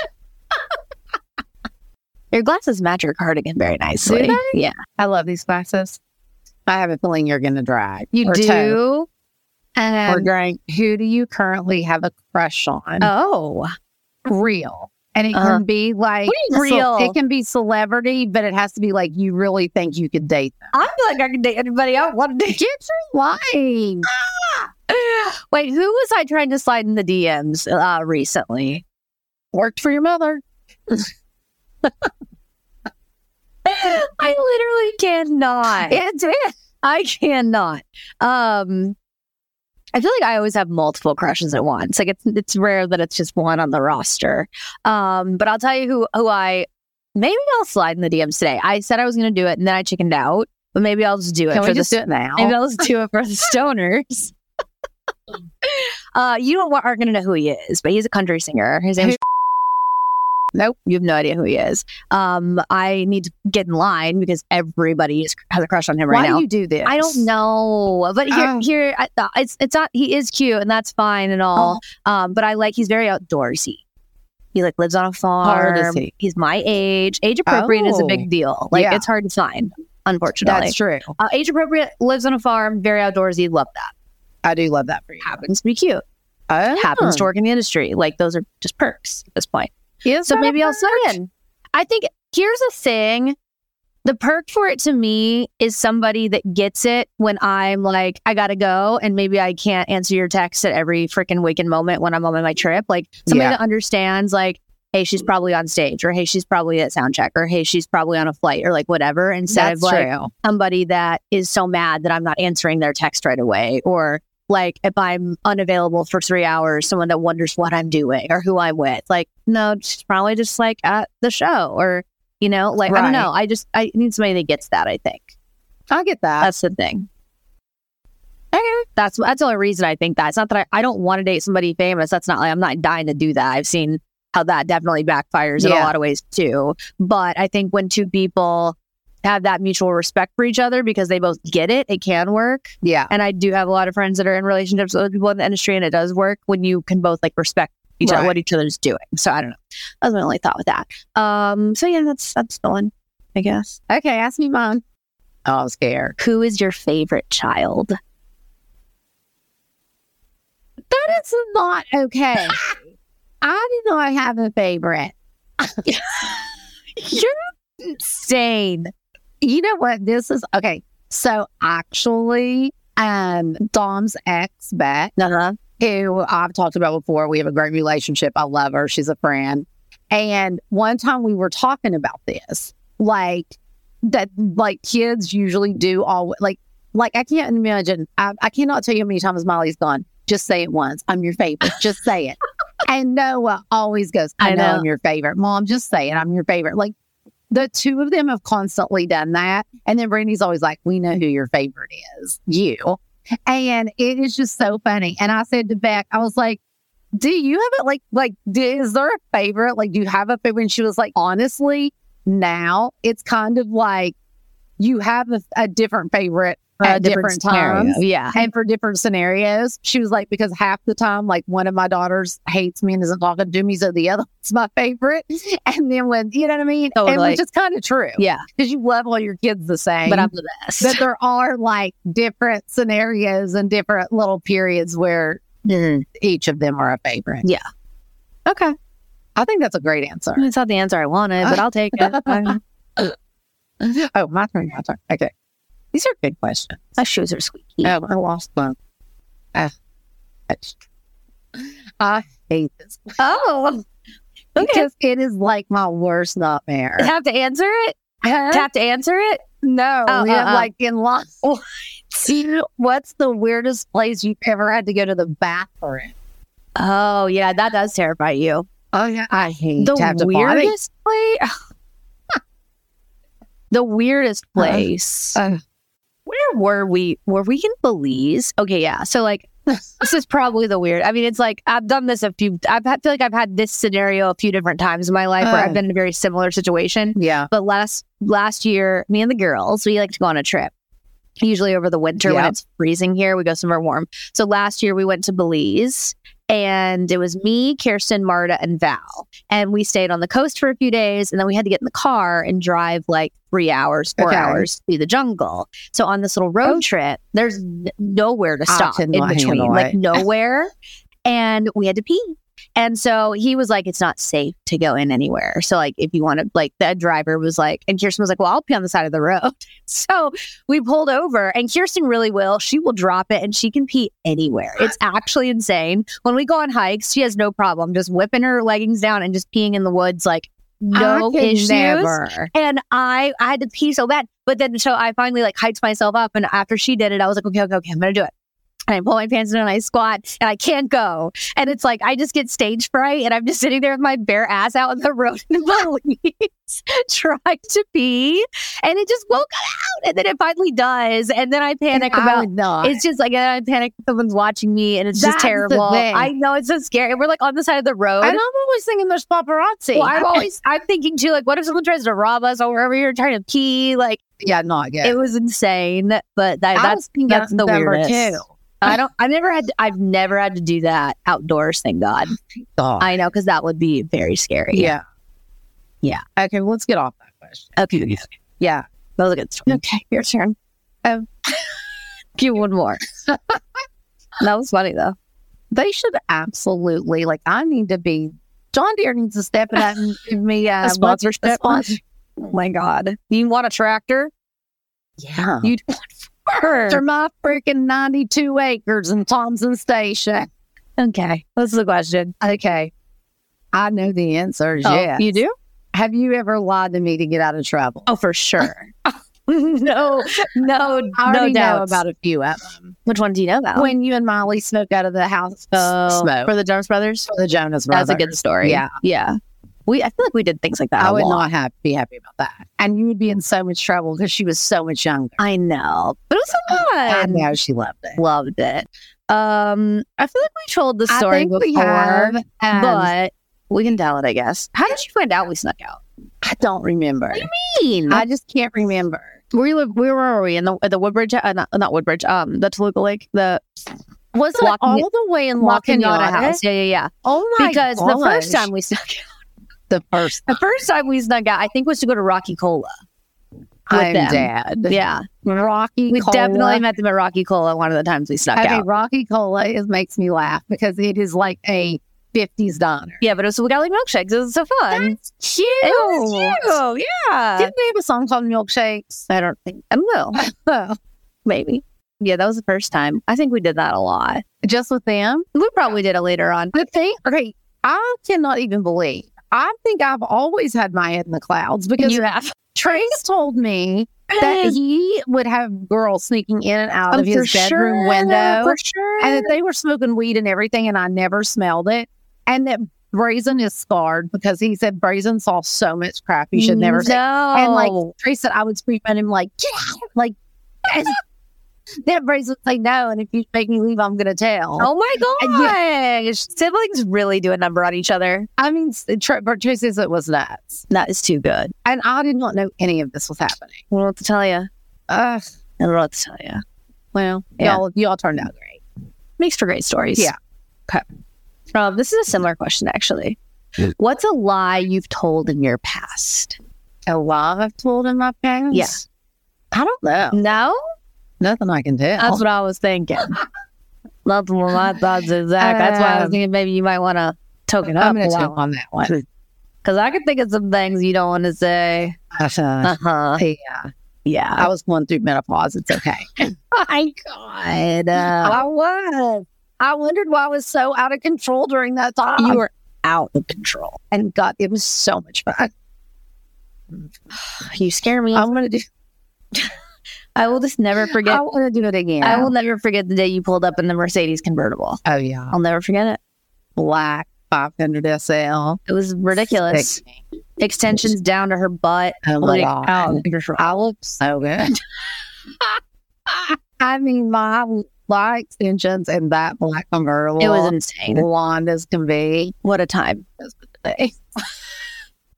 Speaker 4: Your glasses match your cardigan very nicely.
Speaker 2: they?
Speaker 4: Yeah.
Speaker 2: I love these glasses. I have a feeling you're going to drag.
Speaker 4: You
Speaker 2: or toe,
Speaker 4: do?
Speaker 2: or
Speaker 4: And
Speaker 2: drink. Who do you currently have a crush on?
Speaker 4: oh,
Speaker 2: Real. And it
Speaker 4: Uh-huh.
Speaker 2: can be like
Speaker 4: What do you
Speaker 2: real.
Speaker 4: mean?
Speaker 2: It can be celebrity, but it has to be like you really think you could date them.
Speaker 4: I feel like I can date anybody I
Speaker 2: [sighs]
Speaker 4: want to date.
Speaker 2: Get your life.
Speaker 4: Wait, who was I trying to slide in the DMs uh, recently?
Speaker 2: Worked for your mother.
Speaker 4: I literally cannot.
Speaker 2: It did.
Speaker 4: I cannot. Um, I feel like I always have multiple crushes at once. Like it's it's rare that it's just one on the roster. Um, but I'll tell you who who I maybe I'll slide in the DMs today. I said I was going to do it and then I chickened out. But maybe I'll just do it
Speaker 2: Can
Speaker 4: for
Speaker 2: we
Speaker 4: the
Speaker 2: just do it now?
Speaker 4: maybe I'll just do it for the stoners. uh, you don't wa- aren't going to know who he is, but he's a country singer. His name's Nope, you have no idea who he is. Um, I need to get in line because everybody is, has a crush on him right
Speaker 2: Why
Speaker 4: now.
Speaker 2: do you do this?
Speaker 4: I don't know, but here,
Speaker 2: Oh.
Speaker 4: here, I, uh, it's it's not. He is cute, and that's fine and all.
Speaker 2: Oh.
Speaker 4: Um, but I like he's very outdoorsy. He like lives on a farm.
Speaker 2: old is he?
Speaker 4: He's my age. Age appropriate is a
Speaker 2: Oh.
Speaker 4: big deal. Like
Speaker 2: Yeah.
Speaker 4: it's hard to find, unfortunately.
Speaker 2: That's true.
Speaker 4: Uh, age appropriate lives on a farm. Very outdoorsy. Love that.
Speaker 2: I do love that for you. Oh.
Speaker 4: Happens to be cute. Happens to work in the industry. Like those are just perks at this point.
Speaker 2: Is
Speaker 4: So
Speaker 2: that
Speaker 4: maybe
Speaker 2: a
Speaker 4: I'll slide
Speaker 2: perk?
Speaker 4: in. I think here's the thing. The perk for it to me is somebody that gets it when I'm like, I gotta go, and maybe I can't answer your text at every freaking waking moment when I'm on my trip. Like somebody
Speaker 2: Yeah.
Speaker 4: that understands, like, hey, she's probably on stage, or hey, she's probably at sound check, or hey, she's probably on a flight, or like whatever. Instead
Speaker 2: That's
Speaker 4: of like
Speaker 2: true.
Speaker 4: somebody that is so mad that I'm not answering their text right away, or like if I'm unavailable for three hours, someone that wonders what I'm doing or who I'm with. Like, no, she's probably just like at the show, or you know, like I don't know. I just I need somebody that gets that. I think
Speaker 2: I get that.
Speaker 4: that's the thing. Okay, that's that's the only reason I think that. It's not that I, I don't want to date somebody famous. That's not like I'm not dying to do that. I've seen how that definitely backfires in a
Speaker 2: Yeah.
Speaker 4: lot of ways too. But I think when two people have that mutual respect for each other because they both get it, it can work.
Speaker 2: yeah.
Speaker 4: And I do have a lot of friends that are in relationships with other people in the industry, and it does work when you can both like respect each other,
Speaker 2: Right.
Speaker 4: what each other's doing. So I don't know. That was my only thought with that. Um. So yeah, that's that's the one, I guess.
Speaker 2: Okay, ask me mine. Oh, I'm scared.
Speaker 4: Who is your favorite child?
Speaker 2: That is not okay.
Speaker 4: [laughs]
Speaker 2: I do not have a favorite.
Speaker 4: You're insane.
Speaker 2: You know what? This is okay. So actually, um, Dom's ex Beck,
Speaker 4: Uh-huh.
Speaker 2: who I've talked about before, we have a great relationship. I love her. She's a friend. And one time we were talking about this, like that, like kids usually do all like, like I can't imagine. I, I cannot tell you how many times Molly's gone. Just say it once. I'm your favorite. Just say
Speaker 4: [laughs]
Speaker 2: it. and Noah always goes, I,
Speaker 4: I
Speaker 2: know.
Speaker 4: know.
Speaker 2: I'm your favorite. Mom, just say it. I'm your favorite. Like the two of them have constantly done that. And then Brandy's always like, We know who your favorite is. You. And it is just so funny. And I said to Beck, I was like, do you have it like like do, is there a favorite? Like, do you have a favorite? And she was like, honestly, now it's kind of like you have a, a different favorite at different, times
Speaker 4: Yeah.
Speaker 2: and for different scenarios. She was like, because half the time, like one of my daughters hates me and isn't talking to me, so the other [laughs] one's my favorite. And then when you know what I mean, and
Speaker 4: Totally.
Speaker 2: which is kind of true,
Speaker 4: Yeah.
Speaker 2: because you love all your kids the same,
Speaker 4: But I'm the best.
Speaker 2: but there are like different scenarios and different little periods where each of them are a favorite.
Speaker 4: Mm-hmm. Yeah.
Speaker 2: Okay. I think that's a great answer.
Speaker 4: It's not the answer I wanted, but I'll take it. Um,
Speaker 2: [laughs] Oh, my turn. My turn. Okay. These are good questions.
Speaker 4: My shoes are squeaky.
Speaker 2: Oh, I lost one. Ah, that's- I hate this question
Speaker 4: Oh. Okay.
Speaker 2: because it is like my worst nightmare.
Speaker 4: Have to answer it? Have to answer it?
Speaker 2: no,
Speaker 4: Oh,
Speaker 2: we have,
Speaker 4: uh-uh.
Speaker 2: like in [laughs] law. uh, What's the weirdest place you've ever had to go to the bathroom?
Speaker 4: Oh, yeah. That does terrify you.
Speaker 2: Oh yeah, I hate to have
Speaker 4: The
Speaker 2: to vomit.
Speaker 4: weirdest place? [laughs] the weirdest place.
Speaker 2: uh.
Speaker 4: Where were we? Were we in Belize? Okay, yeah. So like
Speaker 2: [laughs]
Speaker 4: this is probably the weird. I mean, it's like I've done this a few I've had, feel like I've had this scenario a few different times in my life where
Speaker 2: Uh.
Speaker 4: I've been in a very similar situation.
Speaker 2: Yeah.
Speaker 4: But last last year, me and the girls, we like to go on a trip. Usually over the winter when
Speaker 2: Yeah.
Speaker 4: it's freezing here, we go somewhere warm. So last year we went to Belize and it was me, Kirsten, Marta, and Val. And we stayed on the coast for a few days and then we had to get in the car and drive like three hours, four
Speaker 2: Okay.
Speaker 4: hours through the jungle. So on this little road trip, there's n- nowhere to
Speaker 2: I
Speaker 4: stop in
Speaker 2: cannot
Speaker 4: between,
Speaker 2: handle
Speaker 4: like
Speaker 2: it.
Speaker 4: nowhere. and we had to pee. And so he was like, it's not safe to go in anywhere. So, like, if you want to, like, the driver was like, and Kirsten was like, well, I'll be on the side of the road. [laughs] So we pulled over, and Kirsten really will. She will drop it and she can pee anywhere.
Speaker 2: [laughs]
Speaker 4: It's actually insane. When we go on hikes, she has no problem just whipping her leggings down and just peeing in the woods, like, no
Speaker 2: I could
Speaker 4: issues.
Speaker 2: never.
Speaker 4: And I, I had to pee so bad. But then, so I finally like hiked myself up. And after she did it, I was like, okay, okay, okay, I'm going to do it. And I pull my pants down and I squat and I can't go. And it's like, I just get stage fright and I'm just sitting there with my bare ass out on
Speaker 2: [laughs]
Speaker 4: the road [laughs] in the leaves [laughs] trying to pee. And it just won't come out. And then it finally does. And then I panic
Speaker 2: I
Speaker 4: about
Speaker 2: would not.
Speaker 4: it's just like, and I panic, someone's watching me and it's just
Speaker 2: That's the
Speaker 4: terrible.
Speaker 2: thing.
Speaker 4: I know it's so scary. We're like on the side of the road.
Speaker 2: and I'm always thinking there's paparazzi.
Speaker 4: Well, I'm always I'm thinking too, like, what if someone tries to rob us or we're here trying to pee? Like,
Speaker 2: [laughs] yeah, not good.
Speaker 4: it was insane. But that,
Speaker 2: I
Speaker 4: that's
Speaker 2: was thinking
Speaker 4: that's the
Speaker 2: number
Speaker 4: weirdest.
Speaker 2: two.
Speaker 4: I don't. I've never had. To, I've never had to do that outdoors. Thank God.
Speaker 2: [laughs] God.
Speaker 4: I know because that would be very scary.
Speaker 2: yeah.
Speaker 4: Yeah.
Speaker 2: Okay, well, let's get off that question.
Speaker 4: Okay. okay.
Speaker 2: Yeah.
Speaker 4: That was a good story. Okay, your turn. Um, [laughs] give one more.
Speaker 2: [laughs]
Speaker 4: that was funny though.
Speaker 2: They should absolutely, like, I need to be, John Deere needs to step it up and give me uh,
Speaker 4: A
Speaker 2: what- [laughs]
Speaker 4: sponsorship.
Speaker 2: a sponsor-
Speaker 4: [laughs] Oh my God. You want a tractor?
Speaker 2: Yeah. [laughs]
Speaker 4: You want four.
Speaker 2: After my freaking 92 acres in Thompson Station.
Speaker 4: Okay. What's the question?
Speaker 2: Okay. I know the answer is
Speaker 4: Oh,
Speaker 2: yes.
Speaker 4: You do?
Speaker 2: Have you ever lied to me to get out of trouble?
Speaker 4: Oh, for sure. [laughs] no, no,
Speaker 2: [laughs] I
Speaker 4: no
Speaker 2: already know
Speaker 4: doubt
Speaker 2: about a few of them.
Speaker 4: Which one do you know about?
Speaker 2: When you and Molly smoke out of the house,
Speaker 4: Oh,
Speaker 2: smoke
Speaker 4: for the Jonas Brothers.
Speaker 2: for the Jonas Brothers.
Speaker 4: That's a good story.
Speaker 2: Yeah.
Speaker 4: yeah. We I feel like we did things like that.
Speaker 2: I
Speaker 4: a
Speaker 2: would
Speaker 4: lot.
Speaker 2: not have, be happy about that. And you would be in so much trouble because she was so much younger.
Speaker 4: I know, but it was so
Speaker 2: I
Speaker 4: fun.
Speaker 2: know she loved it.
Speaker 4: Loved it. Um, I feel like we told the
Speaker 2: I
Speaker 4: story
Speaker 2: think
Speaker 4: before,
Speaker 2: we have, um,
Speaker 4: but we can tell it, I guess. How did you find out we snuck out?
Speaker 2: I don't remember.
Speaker 4: Mean.
Speaker 2: I just can't remember.
Speaker 4: we were where were we in the the Woodbridge? Uh, not, not Woodbridge. Um, the Toluca Lake. The
Speaker 2: Was it
Speaker 4: Walking-
Speaker 2: all the way in La
Speaker 4: Lacaniata
Speaker 2: Cunada
Speaker 4: house.
Speaker 2: House?
Speaker 4: Yeah, yeah, yeah.
Speaker 2: Oh my
Speaker 4: because the first
Speaker 2: gosh.
Speaker 4: time we snuck out,
Speaker 2: the first
Speaker 4: the first time we snuck out, I think was to go to Rocky Cola. with
Speaker 2: I'm
Speaker 4: them.
Speaker 2: dead.
Speaker 4: Yeah,
Speaker 2: Rocky
Speaker 4: we
Speaker 2: Cola.
Speaker 4: definitely met them at Rocky Cola one of the times we snuck
Speaker 2: Okay,
Speaker 4: out.
Speaker 2: Rocky Cola is makes me laugh because it is like a 50s diner.
Speaker 4: Yeah, but it was we got like milkshakes. It was so fun.
Speaker 2: Cute.
Speaker 4: It was cute. Yeah,
Speaker 2: Didn't they have a song called Milkshakes?
Speaker 4: I don't think I don't know.
Speaker 2: Oh,
Speaker 4: Maybe. Yeah, that was the first time. I think we did that a lot.
Speaker 2: just with them?
Speaker 4: We probably did it later on.
Speaker 2: The thing, okay, I cannot even believe. I think I've always had my head in the clouds because
Speaker 4: have
Speaker 2: Trace told me
Speaker 4: [laughs]
Speaker 2: that he would have girls sneaking in and out of his bedroom window.
Speaker 4: Oh, for sure.
Speaker 2: and that they were smoking weed and everything, and I never smelled it. And that Brazen is scarred because he said Brazen saw so much crap you should never see.
Speaker 4: no.
Speaker 2: And like Trace said, I would scream at him like, "Get out!" Like and that Brazen would say no, and if you make me leave, I'm gonna tell.
Speaker 4: Oh my
Speaker 2: And
Speaker 4: gosh. Siblings really do a number on each other.
Speaker 2: I mean, s- Tra- but Trace says it was nuts,
Speaker 4: That is too good.
Speaker 2: and I did not know any of this was happening.
Speaker 4: I don't know what to tell you. I
Speaker 2: Ugh.
Speaker 4: don't know what to tell you.
Speaker 2: Well,
Speaker 4: Yeah.
Speaker 2: y'all, y'all turned out great.
Speaker 4: Makes for great stories.
Speaker 2: Yeah.
Speaker 4: Okay. Um, this is a similar question, actually. What's a lie you've told in your past?
Speaker 2: A lot I've told in my past.
Speaker 4: Yeah.
Speaker 2: I don't know.
Speaker 4: No?
Speaker 2: Nothing I can tell.
Speaker 4: That's what I was thinking. Nothing were my thoughts exact. That's why I was
Speaker 2: Um,
Speaker 4: thinking maybe you might want to token up
Speaker 2: I'm
Speaker 4: a
Speaker 2: gonna tell
Speaker 4: lot.
Speaker 2: on that one.
Speaker 4: Because I could think of some things you don't want to [laughs] say.
Speaker 2: Uh,
Speaker 4: Uh huh.
Speaker 2: yeah.
Speaker 4: Yeah.
Speaker 2: I was going through menopause. It's [laughs] okay.
Speaker 4: my God. Uh,
Speaker 2: Oh I was. I wondered why I was so out of control during that time.
Speaker 4: You
Speaker 2: were out of control. And God, it was so much fun.
Speaker 4: you scare me.
Speaker 2: I'm gonna do
Speaker 4: I will just never forget.
Speaker 2: I wanna do it again.
Speaker 4: I will never forget the day you pulled up in the Mercedes convertible.
Speaker 2: oh yeah.
Speaker 4: I'll never forget it.
Speaker 2: Black five hundred SL.
Speaker 4: It was ridiculous.
Speaker 2: Sick.
Speaker 4: Extensions down to her butt.
Speaker 2: Oh my
Speaker 4: Like,
Speaker 2: God.
Speaker 4: out.
Speaker 2: I look so [laughs] good. I mean my light extensions and that black convertible.
Speaker 4: It was insane.
Speaker 2: blonde as can be.
Speaker 4: What a time. [laughs]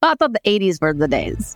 Speaker 4: I thought the 80s were the days.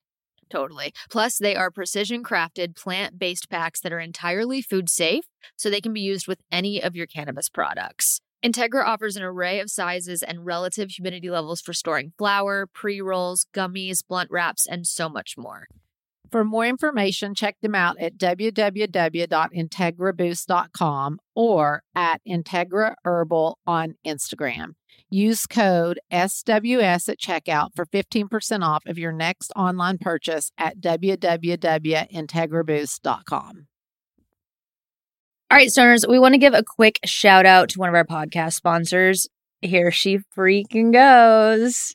Speaker 3: Totally. Plus, they are precision crafted plant based packs that are entirely food safe, so they can be used with any of your cannabis products. Integra offers an array of sizes and relative humidity levels for storing flour, pre rolls, gummies, blunt wraps, and so much more.
Speaker 1: For more information, check them out at www.integraboost.com or at Integra Herbal on Instagram. Use code SWS at checkout for 15% off of your next online purchase at www.integraboost.com.
Speaker 3: All right, stoners, we want to give a quick shout out to one of our podcast sponsors. Here she freaking goes.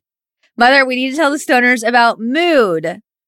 Speaker 3: Mother, we need to tell the stoners about mood.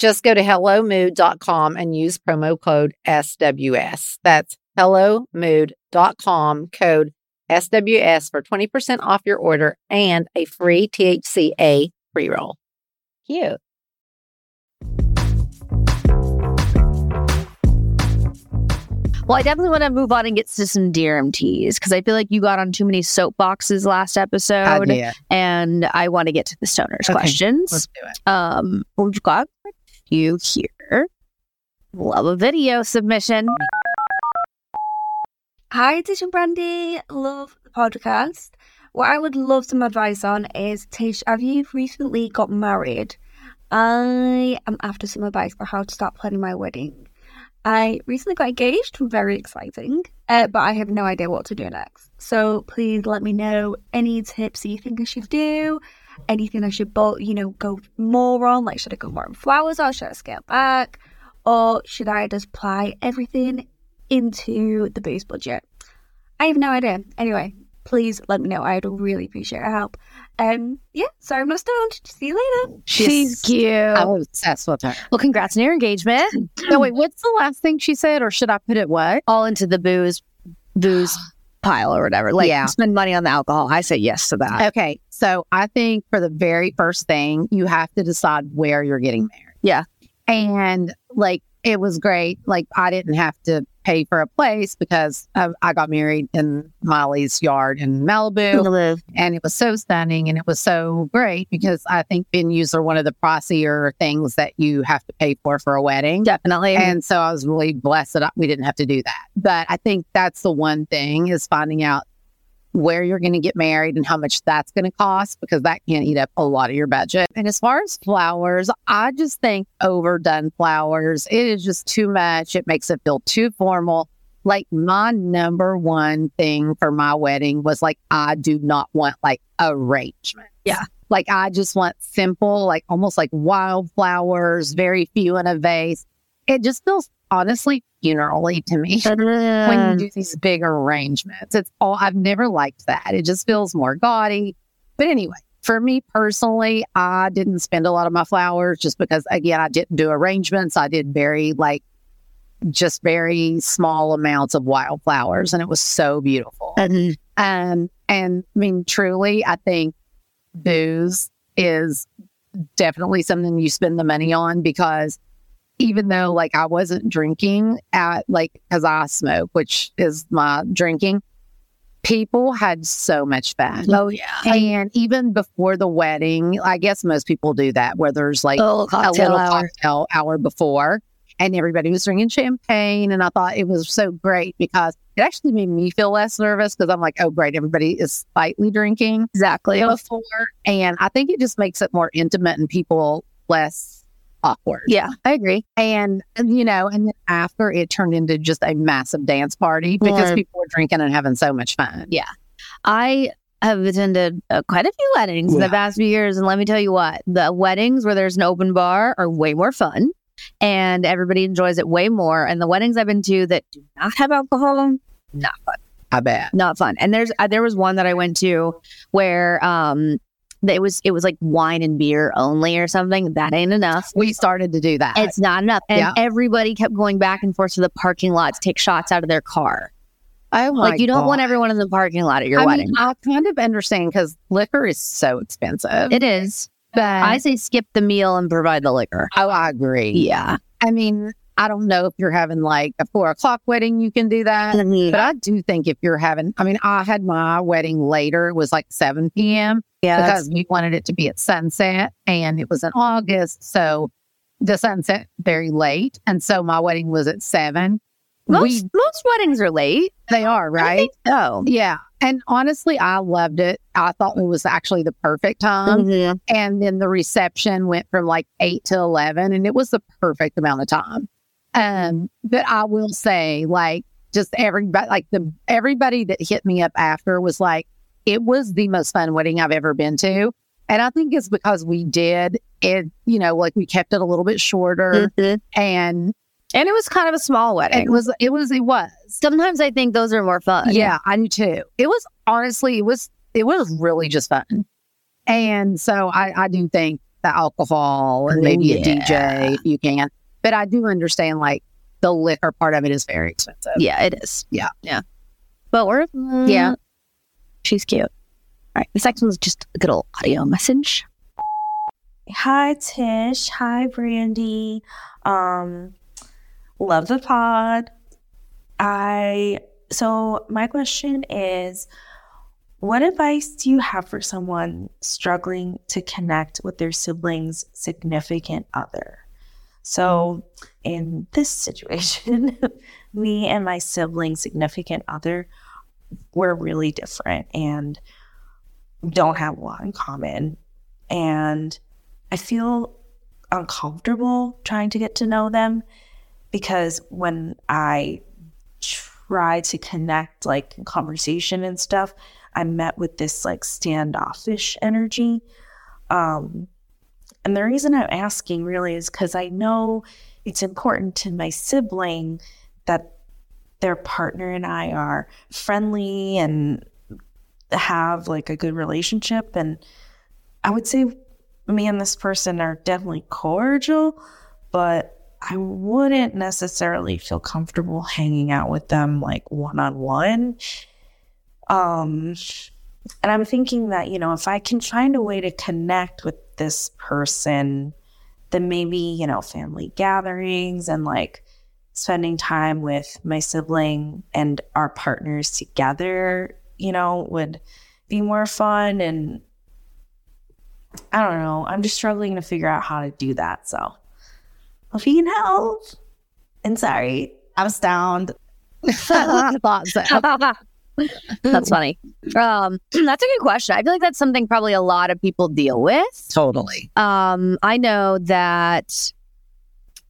Speaker 1: Just go to hellomood.com and use promo code SWS. That's hellomood.com code SWS for 20% off your order and a free THCA pre roll.
Speaker 3: Cute.
Speaker 4: Well, I definitely want to move on and get to some DRMTs because I feel like you got on too many soapboxes last episode, and I want to get to the stoners
Speaker 1: Okay,
Speaker 4: questions.
Speaker 1: Let's do it.
Speaker 4: Um, we've got a few here. Love a video submission.
Speaker 5: Hi, Tish and Brandy. Love the podcast. What I would love some advice on is Tish, have you recently got married? I am after some advice for how to start planning my wedding. I recently got engaged, very exciting, uh, but I have no idea what to do next. So please let me know any tips that you think I should do, anything I should, but you know, go more on. Like, should I go more on flowers or should I scale back? Or should I just apply everything into the booze budget. I have no idea. Anyway, please let me know. I'd really appreciate your help. Um, yeah, sorry I'm not stoned. See you later.
Speaker 4: She's cute.
Speaker 1: I'm obsessed with her.
Speaker 4: Well, congrats on your engagement.
Speaker 1: No, wait, what's the last thing she said, or should I put it what?
Speaker 4: All into the booze, booze [gasps] pile or whatever. Like,
Speaker 1: Yeah.
Speaker 4: spend money on the alcohol. I say yes to that.
Speaker 1: Okay. So I think for the very first thing, you have to decide where you're getting married.
Speaker 4: Yeah.
Speaker 1: And like, it was great. Like, I didn't have to pay for a place because uh, I got married in Molly's yard in Malibu. And it was so stunning and it was so great because I think venues are one of the pricier things that you have to pay for for a wedding.
Speaker 4: Definitely.
Speaker 1: And so I was really blessed that I- we didn't have to do that. But I think that's the one thing is finding out where you're going to get married and how much that's going to cost because that can eat up a lot of your budget. And as far as flowers, I just think overdone flowers, it is just too much. It makes it feel too formal. Like my number one thing for my wedding was like I do not want like arrangements.
Speaker 4: Yeah.
Speaker 1: Like I just want simple, like almost like wildflowers, very few in a vase it just feels honestly funerally to me when you
Speaker 2: Mm.
Speaker 1: do these big arrangements. It's all I've never liked that. It just feels more gaudy. But anyway, for me personally, I didn't spend a lot of my flowers just because again, I didn't do arrangements. I did very like just very small amounts of wildflowers and it was so beautiful.
Speaker 4: Mhm.
Speaker 1: Um, and I mean, truly, I think booze is
Speaker 2: definitely something you spend the money on because even though like I wasn't drinking at like because I smoke, which is my drinking, people had so much fun.
Speaker 4: Oh yeah.
Speaker 2: And even before the wedding, I guess most people do that where there's like
Speaker 4: Oh,
Speaker 2: a
Speaker 4: cocktail
Speaker 2: little
Speaker 4: hour.
Speaker 2: cocktail hour before, and everybody was drinking champagne. And I thought it was so great because it actually made me feel less nervous because I'm like, oh, great, everybody is slightly drinking
Speaker 4: Exactly.
Speaker 2: before. And I think it just makes it more intimate and people less awkward.
Speaker 4: Yeah, I agree.
Speaker 2: And, and, you know, and then after it turned into just a massive dance party because
Speaker 4: Right.
Speaker 2: people were drinking and having so much fun.
Speaker 4: Yeah. I have attended uh, quite a few weddings in the
Speaker 6: Yeah.
Speaker 4: past few years, and let me tell you what: the weddings where there's an open bar are way more fun, and everybody enjoys it way more. And the weddings I've been to that do not have alcohol, not fun.
Speaker 2: I bet.
Speaker 4: not fun. And there's uh, there was one that I went to where um that it was it was like wine and beer only or something. That ain't enough.
Speaker 2: We started to do that.
Speaker 4: It's not enough. And
Speaker 2: Yeah.
Speaker 4: everybody kept going back and forth to the parking lot to take shots out of their car.
Speaker 2: oh my
Speaker 4: like you don't want
Speaker 2: God.
Speaker 4: everyone in the parking lot at your
Speaker 2: I
Speaker 4: wedding.
Speaker 2: Mean, I kind of understand because liquor is so expensive.
Speaker 4: it is.
Speaker 2: but
Speaker 4: I say skip the meal and provide the liquor.
Speaker 2: oh, I agree.
Speaker 4: Yeah.
Speaker 2: I mean, I don't know if you're having like a four o'clock wedding, you can do that.
Speaker 4: Mhm.
Speaker 2: But I do think if you're having, I mean, I had my wedding later. It was like 7 p.m.
Speaker 4: Yeah. that's-
Speaker 2: because we wanted it to be at sunset and it was in August. So the sunset very late. And so my wedding was at seven.
Speaker 4: most
Speaker 2: we,
Speaker 4: most weddings are late.
Speaker 2: they are,
Speaker 4: I
Speaker 2: right?
Speaker 4: think so.
Speaker 2: Yeah. And honestly, I loved it. I thought it was actually the perfect time.
Speaker 4: Mhm.
Speaker 2: And then the reception went from like eight to 11, and it was the perfect amount of time. Um, but I will say, like, just everybody, like the everybody that hit me up after was like, it was the most fun wedding I've ever been to. And I think it's because we did it, you know, like we kept it a little bit shorter
Speaker 4: Mhm.
Speaker 2: and
Speaker 4: And it was kind of a small wedding.
Speaker 2: it was, it was, it was.
Speaker 4: Sometimes I think those are more fun.
Speaker 2: Yeah, I do too. It was honestly, it was it was really just fun, and so I I do think the alcohol and
Speaker 4: Oh,
Speaker 2: maybe a
Speaker 4: yeah.
Speaker 2: DJ if you can, but I do understand like the liquor part of it is very expensive.
Speaker 4: Yeah, it is.
Speaker 2: Yeah.
Speaker 4: Yeah. But we're uh,
Speaker 2: Yeah.
Speaker 4: She's cute. All right. This next one's just a good old audio
Speaker 2: [laughs]
Speaker 4: message.
Speaker 7: Hi Tish. Hi Brandy. Um love the pod. I so my question is what advice do you have for someone struggling to connect with their siblings significant other? So in this situation, [laughs] me and my sibling significant other were really different and don't have a lot in common. And I feel uncomfortable trying to get to know them because when I try to connect like in conversation and stuff, I'm met with this like standoffish energy. Um, and the reason I'm asking really is because I know it's important to my sibling that their partner and I are friendly and have like a good relationship. And I would say me and this person are definitely cordial, but I wouldn't necessarily feel comfortable hanging out with them like one on one. Um, and I'm thinking that, you know, if I can find a way to connect with this person, then maybe, you know, family gatherings and like spending time with my sibling and our partners together, you know, would be more fun and I don't know. I'm just struggling to figure out how to do that. So, if you can help, and sorry, I was downed.
Speaker 2: I thought so.
Speaker 4: [laughs] That's funny. Um, [clears throat] that's a good question. I feel like that's something probably a lot of people deal with.
Speaker 2: Totally.
Speaker 4: Um, I know that,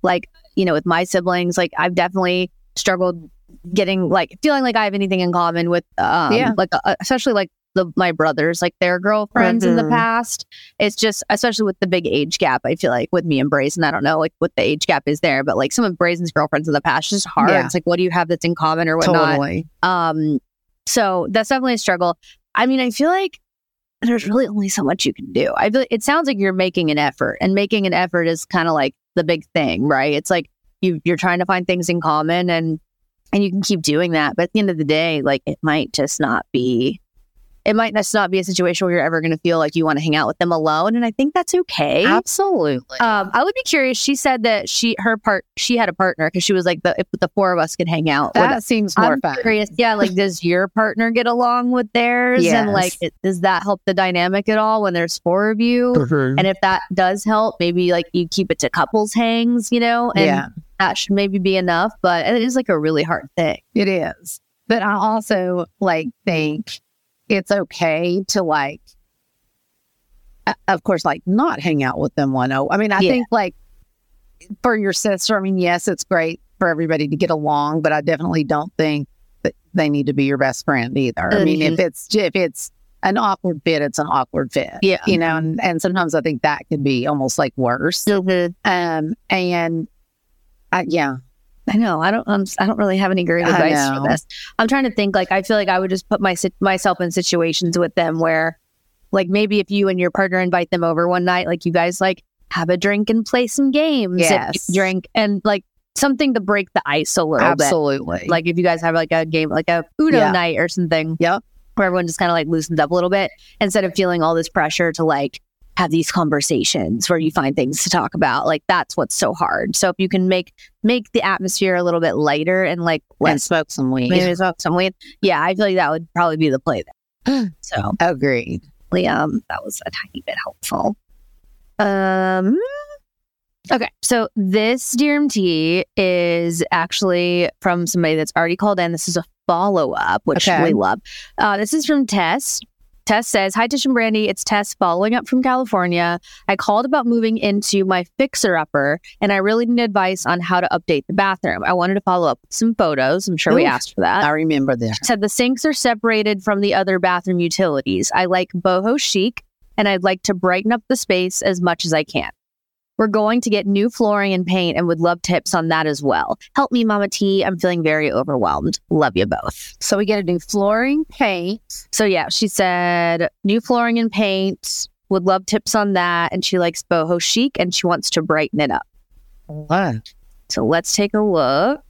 Speaker 4: like, you know, with my siblings, like, I've definitely struggled getting, like, feeling like I have anything in common with, um,
Speaker 2: Yeah.
Speaker 4: like, uh, especially like the, my brothers, like their girlfriends in
Speaker 2: Mm-hmm.
Speaker 4: the
Speaker 7: Mhm.
Speaker 4: past. It's just, especially with the big age gap, I feel like with me and Brazen, I don't know, like, what the age gap is there, but like some of Brazen's girlfriends in the past, it's just hard.
Speaker 2: Yeah.
Speaker 4: It's like, what do you have that's in common or whatnot?
Speaker 2: Totally.
Speaker 4: Um, so that's definitely a struggle. I mean, I feel like there's really only so much you can do. I feel it sounds like you're making an effort, and making an effort is kind of like the big thing, right? It's like you you're trying to find things in common, and and you can keep doing that. But at the end of the day, like it might just not be it might just not be a situation where you're ever going to feel like you want to hang out with them alone. And I think that's okay.
Speaker 1: Absolutely.
Speaker 4: Um, I would be curious. She said that she her part she had a partner because she was like the if the four of us could hang out. with-
Speaker 1: That seems more
Speaker 4: I'm
Speaker 1: fun.
Speaker 4: curious. Yeah, like does your partner get along with theirs? And like, it, does that help the dynamic at all when there's four of you?
Speaker 2: Mm-hmm.
Speaker 4: And if that does help, maybe like you keep it to couples hangs, you know, and
Speaker 1: Yeah.
Speaker 4: that should maybe be enough. But it is like a really hard thing.
Speaker 2: It is. But I also like think it's okay to like o- of course like not hang out with them one oh. I mean, I
Speaker 4: Yeah.
Speaker 2: think like for your sister, I mean, yes, it's great for everybody to get along, but I definitely don't think that they need to be your best friend either. I mean,
Speaker 4: Mm-hmm.
Speaker 2: if it's if it's an awkward fit, it's an awkward fit.
Speaker 4: Yeah.
Speaker 2: You know, and, and sometimes I think that could be almost like worse. Um and I, yeah,
Speaker 4: I know. I don't. Um, I don't really have any great
Speaker 2: I
Speaker 4: advice for
Speaker 2: know.
Speaker 4: this. I'm trying to think. Like, I feel like I would just put my sit- myself in situations with them where, like, maybe if you and your partner invite them over one night, like you guys like have a drink and play some games. if
Speaker 2: Yes.
Speaker 4: you drink and like something to break the ice a little
Speaker 2: absolutely.
Speaker 4: bit. Like if you guys have like a game, like a Uno
Speaker 2: Yeah.
Speaker 4: night or something.
Speaker 2: Yep.
Speaker 4: Where everyone just kind of like loosens up a little bit instead of feeling all this pressure to like have these conversations where you find things to talk about. Like that's what's so hard. So if you can make make the atmosphere a little bit lighter and like
Speaker 2: and
Speaker 4: less
Speaker 2: smoke some weed.
Speaker 4: maybe smoke some weed. Yeah, I feel like that would probably be the play
Speaker 2: [gasps]
Speaker 4: there. so
Speaker 2: Agreed.
Speaker 4: um that was a tiny bit helpful. Um Okay, so this DRMT is actually from somebody that's already called in. This is a follow up, which
Speaker 2: Okay.
Speaker 4: we love. Uh, this is from Tess. Tess says, Hi, Tish and Brandy. It's Tess following up from California. I called about moving into my fixer upper, and I really need advice on how to update the bathroom. I wanted to follow up with some photos. I'm sure we
Speaker 2: Oof.
Speaker 4: asked for that.
Speaker 2: I remember this.
Speaker 4: She said the sinks are separated from the other bathroom utilities. I like boho chic and I'd like to brighten up the space as much as I can. We're going to get new flooring and paint and would love tips on that as well. Help me, Mama T. I'm feeling very overwhelmed. Love you both.
Speaker 2: So we get a new flooring paint.
Speaker 4: So, yeah, she said new flooring and paint, would love tips on that. And she likes boho chic and she wants to brighten it up.
Speaker 2: What?
Speaker 4: So let's take a look.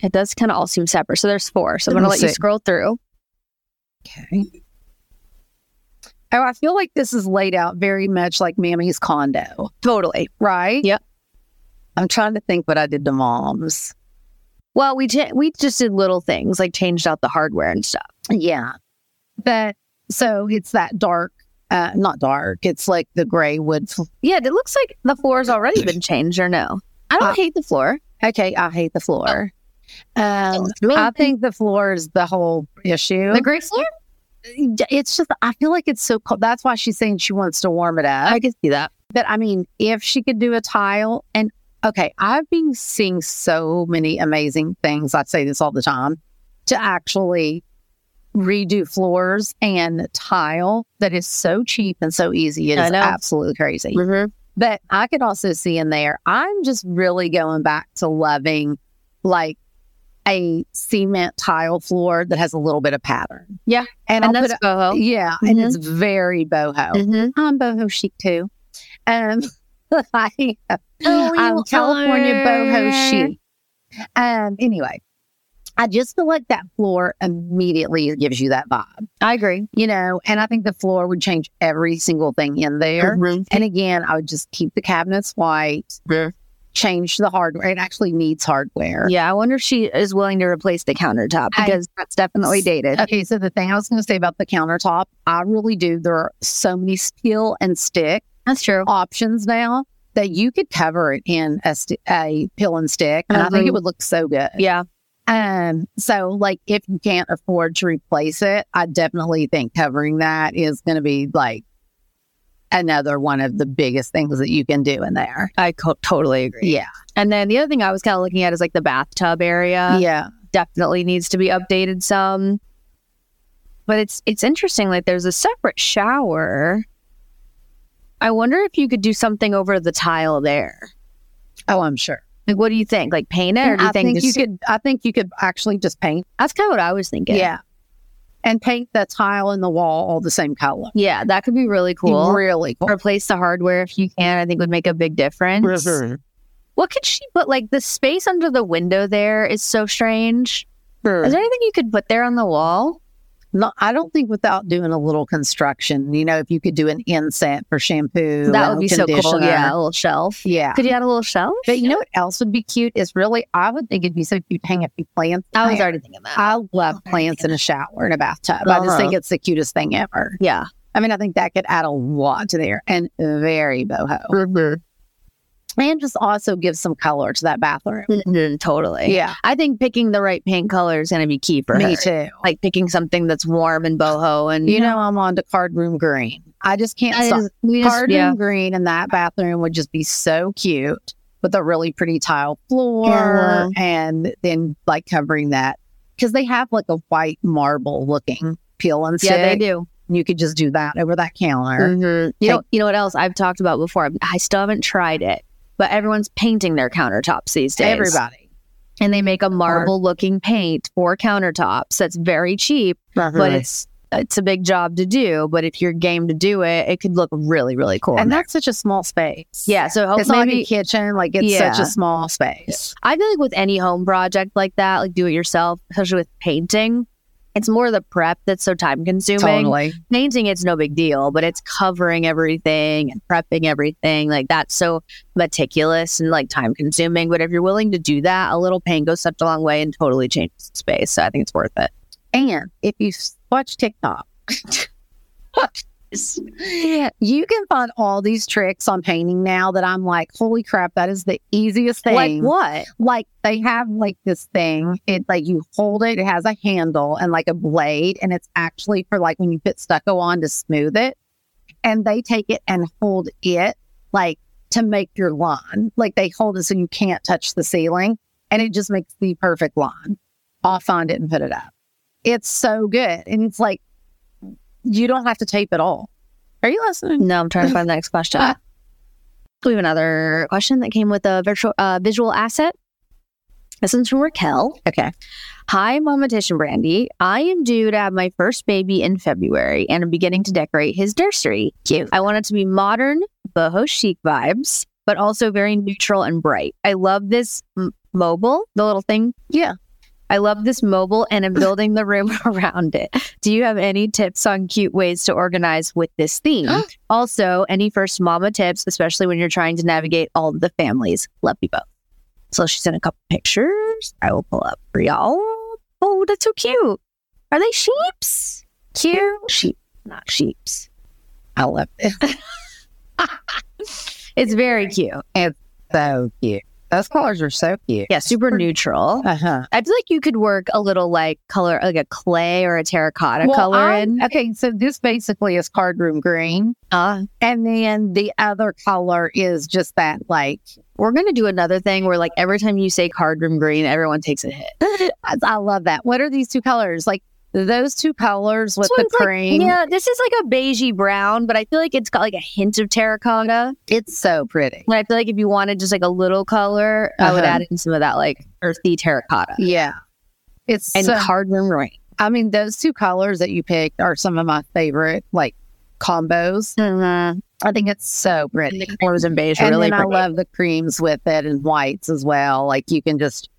Speaker 4: It does kind of all seem separate. So there's four. So I'm going to
Speaker 2: Let's
Speaker 4: let you
Speaker 2: see.
Speaker 4: scroll through.
Speaker 2: Okay. Oh, I feel like this is laid out very much like Mammy's condo,
Speaker 4: Totally.
Speaker 2: right?
Speaker 4: Yep.
Speaker 2: I'm trying to think what I did to mom's.
Speaker 4: Well, we ch- we just did little things like changed out the hardware and stuff.
Speaker 2: Yeah. But so it's that dark, uh, not dark. It's like the gray wood. fl-
Speaker 4: Yeah, it looks like the floor's already been changed or no. I don't
Speaker 2: Uh,
Speaker 4: hate the floor. Oh,
Speaker 2: Okay. I hate the floor. Um, I think the floor is the whole issue.
Speaker 4: The gray floor?
Speaker 2: it's just, I feel like it's so cold. That's why she's saying she wants to warm it up.
Speaker 4: I can see that.
Speaker 2: But I mean, if she could do a tile, and okay, I've been seeing so many amazing things. I say this all the time to actually redo floors and tile that is so cheap and so easy. It
Speaker 4: I
Speaker 2: is
Speaker 4: know.
Speaker 2: absolutely crazy.
Speaker 4: Mm-hmm.
Speaker 2: But I could also see in there, I'm just really going back to loving like a cement tile floor that has a little bit of pattern.
Speaker 4: Yeah.
Speaker 2: And,
Speaker 4: And
Speaker 2: I'll
Speaker 4: that's
Speaker 2: put a,
Speaker 4: boho.
Speaker 2: yeah, and it's very boho.
Speaker 4: Mm-hmm.
Speaker 2: I'm boho chic too. Um, [laughs] I am.
Speaker 4: Oh,
Speaker 2: [laughs] I'm
Speaker 4: you
Speaker 2: California
Speaker 4: are.
Speaker 2: boho chic. Um, anyway, I just feel like that floor immediately gives you that vibe,
Speaker 4: I agree.
Speaker 2: you know. And I think the floor would change every single thing in there.
Speaker 4: Mm-hmm.
Speaker 2: And again, I would just keep the cabinets white, change the hardware. It actually needs hardware.
Speaker 4: Yeah, I wonder if she is willing to replace the countertop
Speaker 2: I-
Speaker 4: because that's definitely dated.
Speaker 2: Okay, so the thing I was going to say about the countertop, I really do. There are so many peel and stick
Speaker 4: that's true.
Speaker 2: options now that you could cover it in a, st- a pill and stick. And I think
Speaker 4: Mhm.
Speaker 2: it would look so good.
Speaker 4: Yeah,
Speaker 2: Um, so like if you can't afford to replace it, I definitely think covering that is going to be like another one of the biggest things that you can do in there.
Speaker 4: I co- totally agree.
Speaker 2: Yeah.
Speaker 4: And then the other thing I was kind of looking at is like the bathtub area.
Speaker 2: yeah.
Speaker 4: definitely needs to be updated some. But it's it's interesting. Like there's a separate shower. I wonder if you could do something over the tile there.
Speaker 2: Oh, I'm sure.
Speaker 4: Like, what do you think? Like paint it, or do you
Speaker 2: I think,
Speaker 4: just-
Speaker 2: you could, I think you could actually just paint.
Speaker 4: That's kind of what I was thinking.
Speaker 2: Yeah. And paint the tile and the wall all the same color.
Speaker 4: yeah, that could be really cool.
Speaker 2: Really cool.
Speaker 4: Replace the hardware if you can. I think would make a big difference. What could she put? Like the space under the window there is so strange. Is there anything you could put there on the wall?
Speaker 2: No, I don't think without doing a little construction, you know, if you could do an inset for shampoo,
Speaker 4: that would
Speaker 2: and
Speaker 4: be so cool.
Speaker 2: conditioner.
Speaker 4: Yeah, a little shelf.
Speaker 2: Yeah.
Speaker 4: Could you add a little shelf?
Speaker 2: But you know what else would be cute is really, I would think it'd be so cute to hang a few plants. in
Speaker 4: I was
Speaker 2: there.
Speaker 4: already thinking that. Oh,
Speaker 2: I love plants in a shower and a bathtub. I just
Speaker 4: Uh-huh.
Speaker 2: think it's the cutest thing ever.
Speaker 4: yeah.
Speaker 2: I mean, I think that could add a lot to there and very boho.
Speaker 4: Mm-hmm.
Speaker 2: And just also give some color to that bathroom.
Speaker 4: Mm, Totally.
Speaker 2: Yeah.
Speaker 4: I think picking the right paint color is going to be key for
Speaker 2: Me
Speaker 4: her.
Speaker 2: too.
Speaker 4: Like picking something that's warm and boho and
Speaker 2: You know, I'm on to card room green. I just can't
Speaker 4: That
Speaker 2: stop.
Speaker 4: is- we just-
Speaker 2: Card
Speaker 4: yeah.
Speaker 2: room green in that bathroom would just be so cute with a really pretty tile floor
Speaker 4: Yeah.
Speaker 2: and then like covering that because they have like a white marble looking peel and stick.
Speaker 4: yeah, they do.
Speaker 2: You could just do that over that counter.
Speaker 4: Mhm. You know, you know what else I've talked about before? I still haven't tried it, but everyone's painting their countertops these days.
Speaker 2: Everybody.
Speaker 4: and they make a marble looking paint for countertops that's very cheap, but it's it's a big job to do. But if you're game to do it, it could look really really cool. in
Speaker 2: and
Speaker 4: there.
Speaker 2: that's such a small space.
Speaker 4: yeah, so
Speaker 2: It's
Speaker 4: hopefully
Speaker 2: not like a kitchen. Like it's
Speaker 4: Yeah.
Speaker 2: such a small space.
Speaker 4: I feel like with any home project like that, like do it yourself, especially with painting, it's more the prep that's so time consuming.
Speaker 2: Totally.
Speaker 4: Painting, it's no big deal, but it's covering everything and prepping everything. Like that's so meticulous and like time consuming. But if you're willing to do that, a little paint goes such a long way and totally changes the space. So I think it's worth it.
Speaker 2: And if you s- watch TikTok, you can find all these tricks on painting now that I'm like, holy crap, that is the easiest thing.
Speaker 4: Like what?
Speaker 2: Like they have like this thing. It like you hold it, it has a handle and like a blade, and it's actually for like when you put stucco on to smooth it. And they take it and hold it like to make your lawn. Like they hold it so you can't touch the ceiling. And it just makes the perfect lawn. I'll find it and put it up. It's so good. And it's like you don't have to tape at all. Are you listening?
Speaker 4: No, I'm trying to find the next
Speaker 2: [laughs]
Speaker 4: question.
Speaker 2: Ah.
Speaker 4: We have another question that came with a virtual uh, visual asset. This one's from Raquel.
Speaker 2: Okay.
Speaker 4: Hi, Momentician Brandy. I am due to have my first baby in February and I'm beginning to decorate his nursery. Cute. I want it to be modern, boho chic vibes, but also very neutral and bright. I love this m- mobile, the little thing.
Speaker 2: Yeah.
Speaker 4: I love this mobile
Speaker 2: [laughs]
Speaker 4: and I'm building the room [laughs] around it. Do you have any tips on cute ways to organize with this [gasps] theme? also, any first mama tips, especially when you're trying to navigate all the families? Love you both. So she sent a couple pictures. I will pull up for y'all. Oh, that's so cute. Are they sheeps? Cute. Sheep, not sheeps.
Speaker 2: I love it.
Speaker 4: [laughs] It's very cute.
Speaker 2: So cute. Those colors are so cute.
Speaker 4: Yeah, super neutral.
Speaker 2: Uh huh.
Speaker 4: I feel like you could work a little like color, like a clay or a terracotta color
Speaker 2: I'm-
Speaker 4: in.
Speaker 2: Okay, so this basically is card room green.
Speaker 4: Uh,
Speaker 2: And then the other color is just that like
Speaker 4: we're going to do another thing where like every time you say card room green, everyone takes a [laughs] hit.
Speaker 2: I, I love that. What are these two colors? Like those two colors with
Speaker 4: This
Speaker 2: the
Speaker 4: one's like-
Speaker 2: cream.
Speaker 4: yeah, this is like a beigey brown, but I feel like it's got like a hint of terracotta.
Speaker 2: It's so pretty.
Speaker 4: But I feel like if you wanted just like a little color, I would
Speaker 2: Uh-huh.
Speaker 4: add in some of that like earthy terracotta
Speaker 2: Yeah. It's
Speaker 4: and
Speaker 2: so,
Speaker 4: card room green.
Speaker 2: I mean, those two colors that you picked are some of my favorite like combos. I think it's so pretty.
Speaker 4: Mm-hmm. And the colors and beige are
Speaker 2: and
Speaker 4: really
Speaker 2: then
Speaker 4: pretty.
Speaker 2: I love the creams with it and whites as well. Like you can just,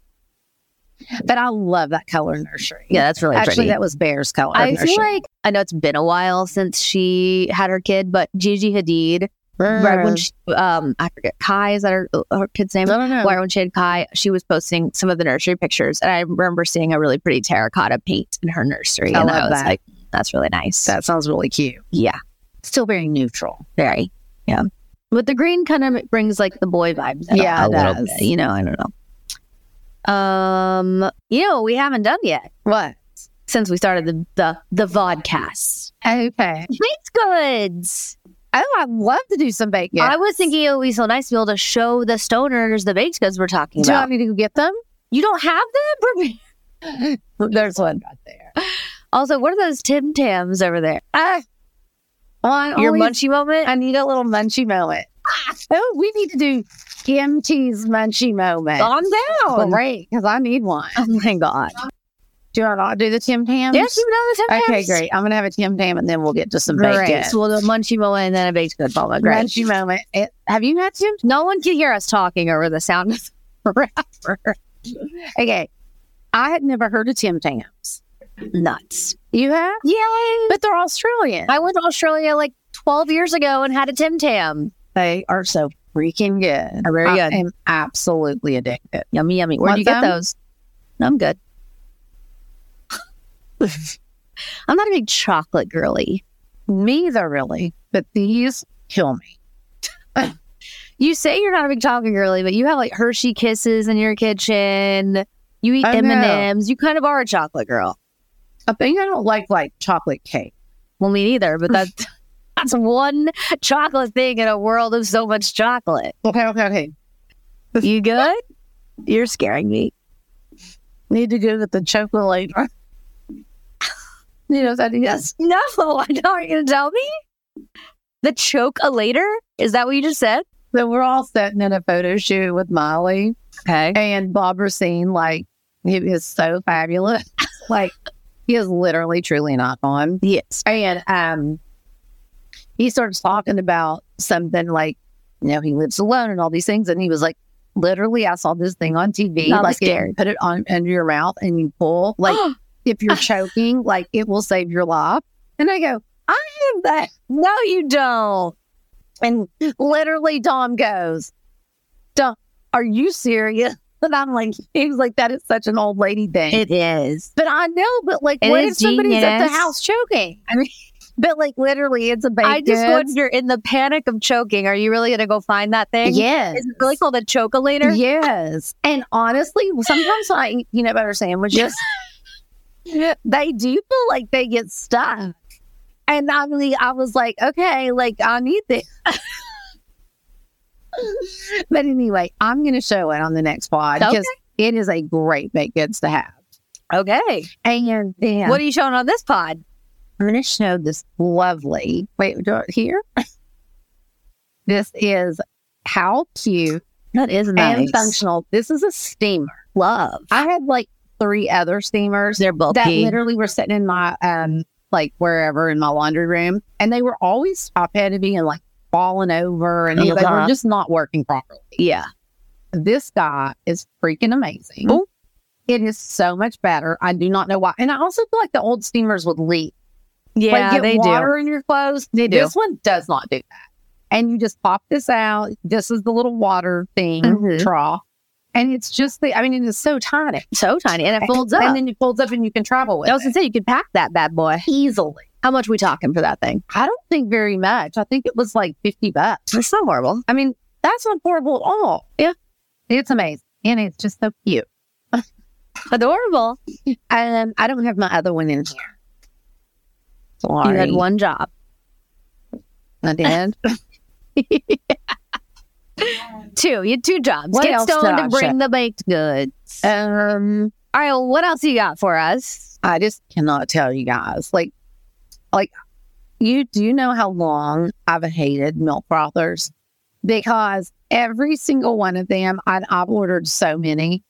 Speaker 2: but I love that color nursery.
Speaker 4: yeah, that's really
Speaker 2: actually,
Speaker 4: pretty.
Speaker 2: that was Bear's color.
Speaker 4: I
Speaker 2: nursery.
Speaker 4: feel like I know it's been a while since she had her kid, but Gigi Hadid, right
Speaker 2: Uh.
Speaker 4: when she, um, I forget Kai is that her, her kid's name?
Speaker 2: I don't know.
Speaker 4: Why when she had Kai, she was posting some of the nursery pictures, and I remember seeing a really pretty terracotta paint in her nursery,
Speaker 2: I
Speaker 4: and I
Speaker 2: love
Speaker 4: was
Speaker 2: that.
Speaker 4: like, "That's really nice."
Speaker 2: that sounds really cute.
Speaker 4: yeah,
Speaker 2: Still very neutral.
Speaker 4: very, yeah. But the green kind of brings like the boy vibes, out
Speaker 2: Yeah,
Speaker 4: a
Speaker 2: it
Speaker 4: little
Speaker 2: does.
Speaker 4: bit, you know. I don't know. Um, you know, what we haven't done yet
Speaker 2: What?
Speaker 4: since we started the the the vodcast.
Speaker 2: Okay.
Speaker 4: Baked goods.
Speaker 2: Oh, I'd love to do some bacon.
Speaker 4: I was thinking it would be so nice to be able to show the stoners the baked goods we're talking
Speaker 2: do I
Speaker 4: about.
Speaker 2: need to go get them?
Speaker 4: you don't have them? [laughs]
Speaker 2: There's one right there.
Speaker 4: Also, what are those Tim Tams over there?
Speaker 2: Ah, well, I
Speaker 4: Your
Speaker 2: always-
Speaker 4: munchie moment?
Speaker 2: I need a little munchie moment. [laughs] Ah, oh, we need to do MT's munchie moment.
Speaker 4: Calm down.
Speaker 2: Great, because I need one.
Speaker 4: Oh my god.
Speaker 2: Do I not do the Tim Tams?
Speaker 4: Yes, you know the Tim
Speaker 2: Okay,
Speaker 4: Tams.
Speaker 2: great. I'm gonna have a Tim Tam and then we'll get to some
Speaker 4: Great.
Speaker 2: bacon.
Speaker 4: So we'll do a munchie moment and then a baked good moment. Great.
Speaker 2: Crunchy moment. It- have you had Tim?
Speaker 4: No one can hear us talking over the [laughs] sound.
Speaker 2: Okay, I had never heard of Tim Tams.
Speaker 4: nuts. You have?
Speaker 2: Yay!
Speaker 4: But they're Australian. I went to Australia like 12 years ago and had a Tim Tam. They are so freaking good. Are very
Speaker 2: I
Speaker 4: good.
Speaker 2: am absolutely addicted.
Speaker 4: Yummy, yummy. Where'd
Speaker 2: Want
Speaker 4: you
Speaker 2: some?
Speaker 4: get those? No,
Speaker 2: [laughs]
Speaker 4: I'm good. I'm not a big chocolate girly.
Speaker 2: Neither really, but these kill me.
Speaker 4: You say you're not a big chocolate girly, but you have like Hershey kisses in your kitchen. You eat
Speaker 2: I
Speaker 4: M
Speaker 2: know.
Speaker 4: and M's. You kind of are a chocolate girl.
Speaker 2: I think I don't like like chocolate cake.
Speaker 4: Well, me neither.
Speaker 2: [laughs]
Speaker 4: But that's that's one chocolate thing in a world of so much chocolate.
Speaker 2: Okay, okay, okay. [laughs]
Speaker 4: You good? you're scaring me.
Speaker 2: Need to go to the chocolate later. you know that yes.
Speaker 4: No, [laughs] I know. Are you going to tell me? The choke a later? Is that what you just said?
Speaker 2: So we're all sitting in a photo shoot with Molly
Speaker 4: Okay.
Speaker 2: and Bob Racine. Like he is so fabulous. [laughs] like he is literally truly not on.
Speaker 4: Yes.
Speaker 2: And um, he starts talking about something like, you know, he lives alone and all these things. And he was like, literally, I saw this thing on TV.
Speaker 4: Not
Speaker 2: like, it-
Speaker 4: scared.
Speaker 2: put it on under your mouth and you
Speaker 4: [gasps]
Speaker 2: pull. Like, if
Speaker 4: [laughs]
Speaker 2: you're choking, like it will save your life. And I go, I have that.
Speaker 4: No, you don't.
Speaker 2: And literally, Dom goes, Dom, are you serious? [laughs] And I'm like, he was like, that is such an old lady thing.
Speaker 4: is.
Speaker 2: but I know, but like,
Speaker 4: It
Speaker 2: what
Speaker 4: is
Speaker 2: if somebody's at the
Speaker 4: genius.
Speaker 2: house choking? I mean, but like, literally, it's a baby.
Speaker 4: I just wonder in the panic of choking, are you really going to go find that thing?
Speaker 2: Yes.
Speaker 4: Is it really called a choke a later?
Speaker 2: Yes. And honestly, sometimes when I eat peanut butter sandwiches, they do feel like they get stuck. And I mean, I was like, okay, like I need this. [laughs] but anyway, I'm going to show it on the next pod because it is a great baked goods to have.
Speaker 4: [laughs] Okay.
Speaker 2: And then
Speaker 4: What are you showing on this pod?
Speaker 2: I'm going to show this lovely. Wait, do it here. [laughs] this is how cute
Speaker 4: That is
Speaker 2: and functional. This is a steamer.
Speaker 4: Love.
Speaker 2: I had like three other steamers
Speaker 4: They're
Speaker 2: that
Speaker 4: bulky.
Speaker 2: literally were sitting in my um like wherever in my laundry room, and they were always top heavy and like falling over, and they
Speaker 4: Uh-huh.
Speaker 2: were just not working properly.
Speaker 4: yeah.
Speaker 2: This guy is freaking amazing.
Speaker 4: Ooh.
Speaker 2: It is so much better. I do not know why, and I also feel like the old steamers would leak.
Speaker 4: Yeah,
Speaker 2: like, get
Speaker 4: they
Speaker 2: water in your clothes.
Speaker 4: do. They do.
Speaker 2: This one does not do that. And you just pop this out. This is the little water thing
Speaker 4: Mhm.
Speaker 2: trough, and it's just the. I mean, it is so tiny.
Speaker 4: So tiny. And it folds up.
Speaker 2: And then it folds up and you can travel with
Speaker 4: I was going
Speaker 2: it
Speaker 4: to say, you could pack that bad boy.
Speaker 2: easily.
Speaker 4: How much we talking for that thing?
Speaker 2: I don't think very much. I think it was like 50 bucks.
Speaker 4: It's not horrible.
Speaker 2: I mean, that's not horrible at all.
Speaker 4: Yeah.
Speaker 2: It's amazing. And it's just so cute. [laughs]
Speaker 4: Adorable.
Speaker 2: Um, I don't have my other one in here. Sorry.
Speaker 4: You had one job.
Speaker 2: I did.
Speaker 4: Two. You had two jobs.
Speaker 2: What
Speaker 4: Get
Speaker 2: else did
Speaker 4: stoned
Speaker 2: I
Speaker 4: and bring
Speaker 2: check?
Speaker 4: the baked goods.
Speaker 2: um,
Speaker 4: All right. Well, what else you got for us?
Speaker 2: I just cannot tell you guys. Like, like you do know how long I've hated milk brothers because every single one of them, I, I've ordered so many.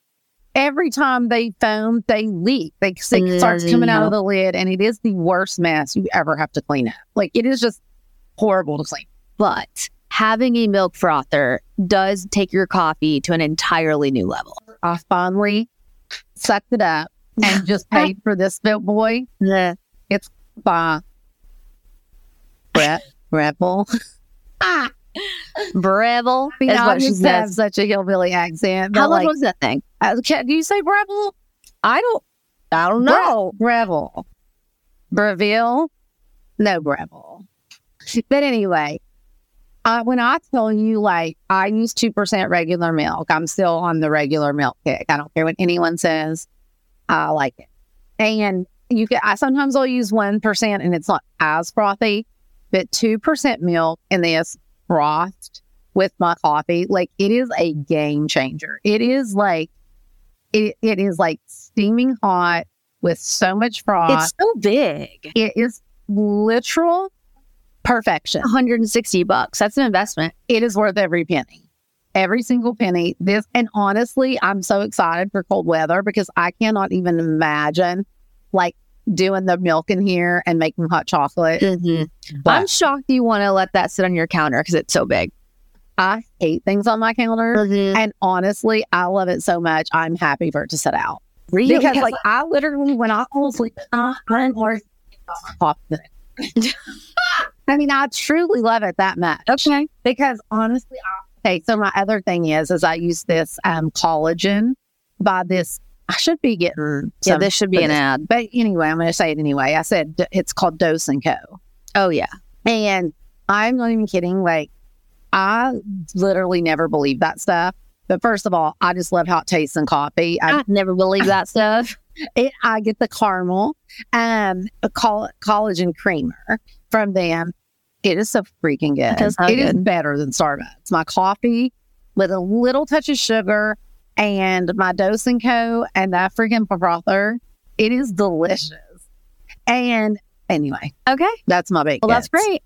Speaker 2: Every time they foam, they leak. They
Speaker 4: Mm,
Speaker 2: it starts coming out of the lid, and it is the worst mess you ever have to clean up. Like it is just horrible to clean.
Speaker 4: But having a milk frother does take your coffee to an entirely new level.
Speaker 2: I finally sucked it up and just paid for this milk boy
Speaker 4: Yeah.
Speaker 2: by Brett
Speaker 4: [laughs]
Speaker 2: Rebel.
Speaker 4: Breville is
Speaker 2: Yeah,
Speaker 4: what
Speaker 2: you
Speaker 4: she
Speaker 2: have
Speaker 4: says.
Speaker 2: such a hillbilly accent.
Speaker 4: How
Speaker 2: How
Speaker 4: long
Speaker 2: like,
Speaker 4: was that thing?
Speaker 2: uh, can, do you say rebel? I don't. I don't know. Rebel, Breville, no Breville. But anyway, uh, when I tell you, like, I use two percent regular milk. I'm still on the regular milk kick. I don't care what anyone says. I like it, and you can. I sometimes will use one percent, and it's not as frothy, but two percent milk and this frothed with my coffee, like it is a game changer. It is like it, it is like steaming hot with so much froth.
Speaker 4: It's so big.
Speaker 2: it is literal perfection.
Speaker 4: 160 bucks. That's an investment.
Speaker 2: It is worth every penny. Every single penny. This and honestly, I'm so excited for cold weather because I cannot even imagine like doing the milk in here and making hot chocolate.
Speaker 4: Mm-hmm. I'm shocked you want to let that sit on your counter because it's so big.
Speaker 2: I
Speaker 4: Mm-hmm.
Speaker 2: hate things on my counter. And honestly, I love it so much. I'm happy for it to sit out.
Speaker 4: Really?
Speaker 2: because like I literally when I was like uh, I'm more often. [laughs] I mean, I truly love it that much.
Speaker 4: okay.
Speaker 2: Because honestly, I, okay. So my other thing is, is I use this um collagen by this. I should be getting
Speaker 4: Yeah,
Speaker 2: some-
Speaker 4: this should be an ad.
Speaker 2: but anyway, I'm going to say it anyway. I said d- it's called Dose and Co.
Speaker 4: Oh yeah.
Speaker 2: And I'm not even kidding. Like, I literally never believed that stuff. But first of all, I just love how it tastes in coffee. I,
Speaker 4: I never believe that stuff.
Speaker 2: it, I get the caramel, um, a coll- collagen creamer from them. It is so freaking good.
Speaker 4: It does sound
Speaker 2: It is
Speaker 4: good.
Speaker 2: better than Starbucks. My coffee with a little touch of sugar and my Dose and Co. and that freaking frother. It is delicious. And anyway,
Speaker 4: Okay.
Speaker 2: that's my big.
Speaker 4: Well, that's
Speaker 2: gets.
Speaker 4: great.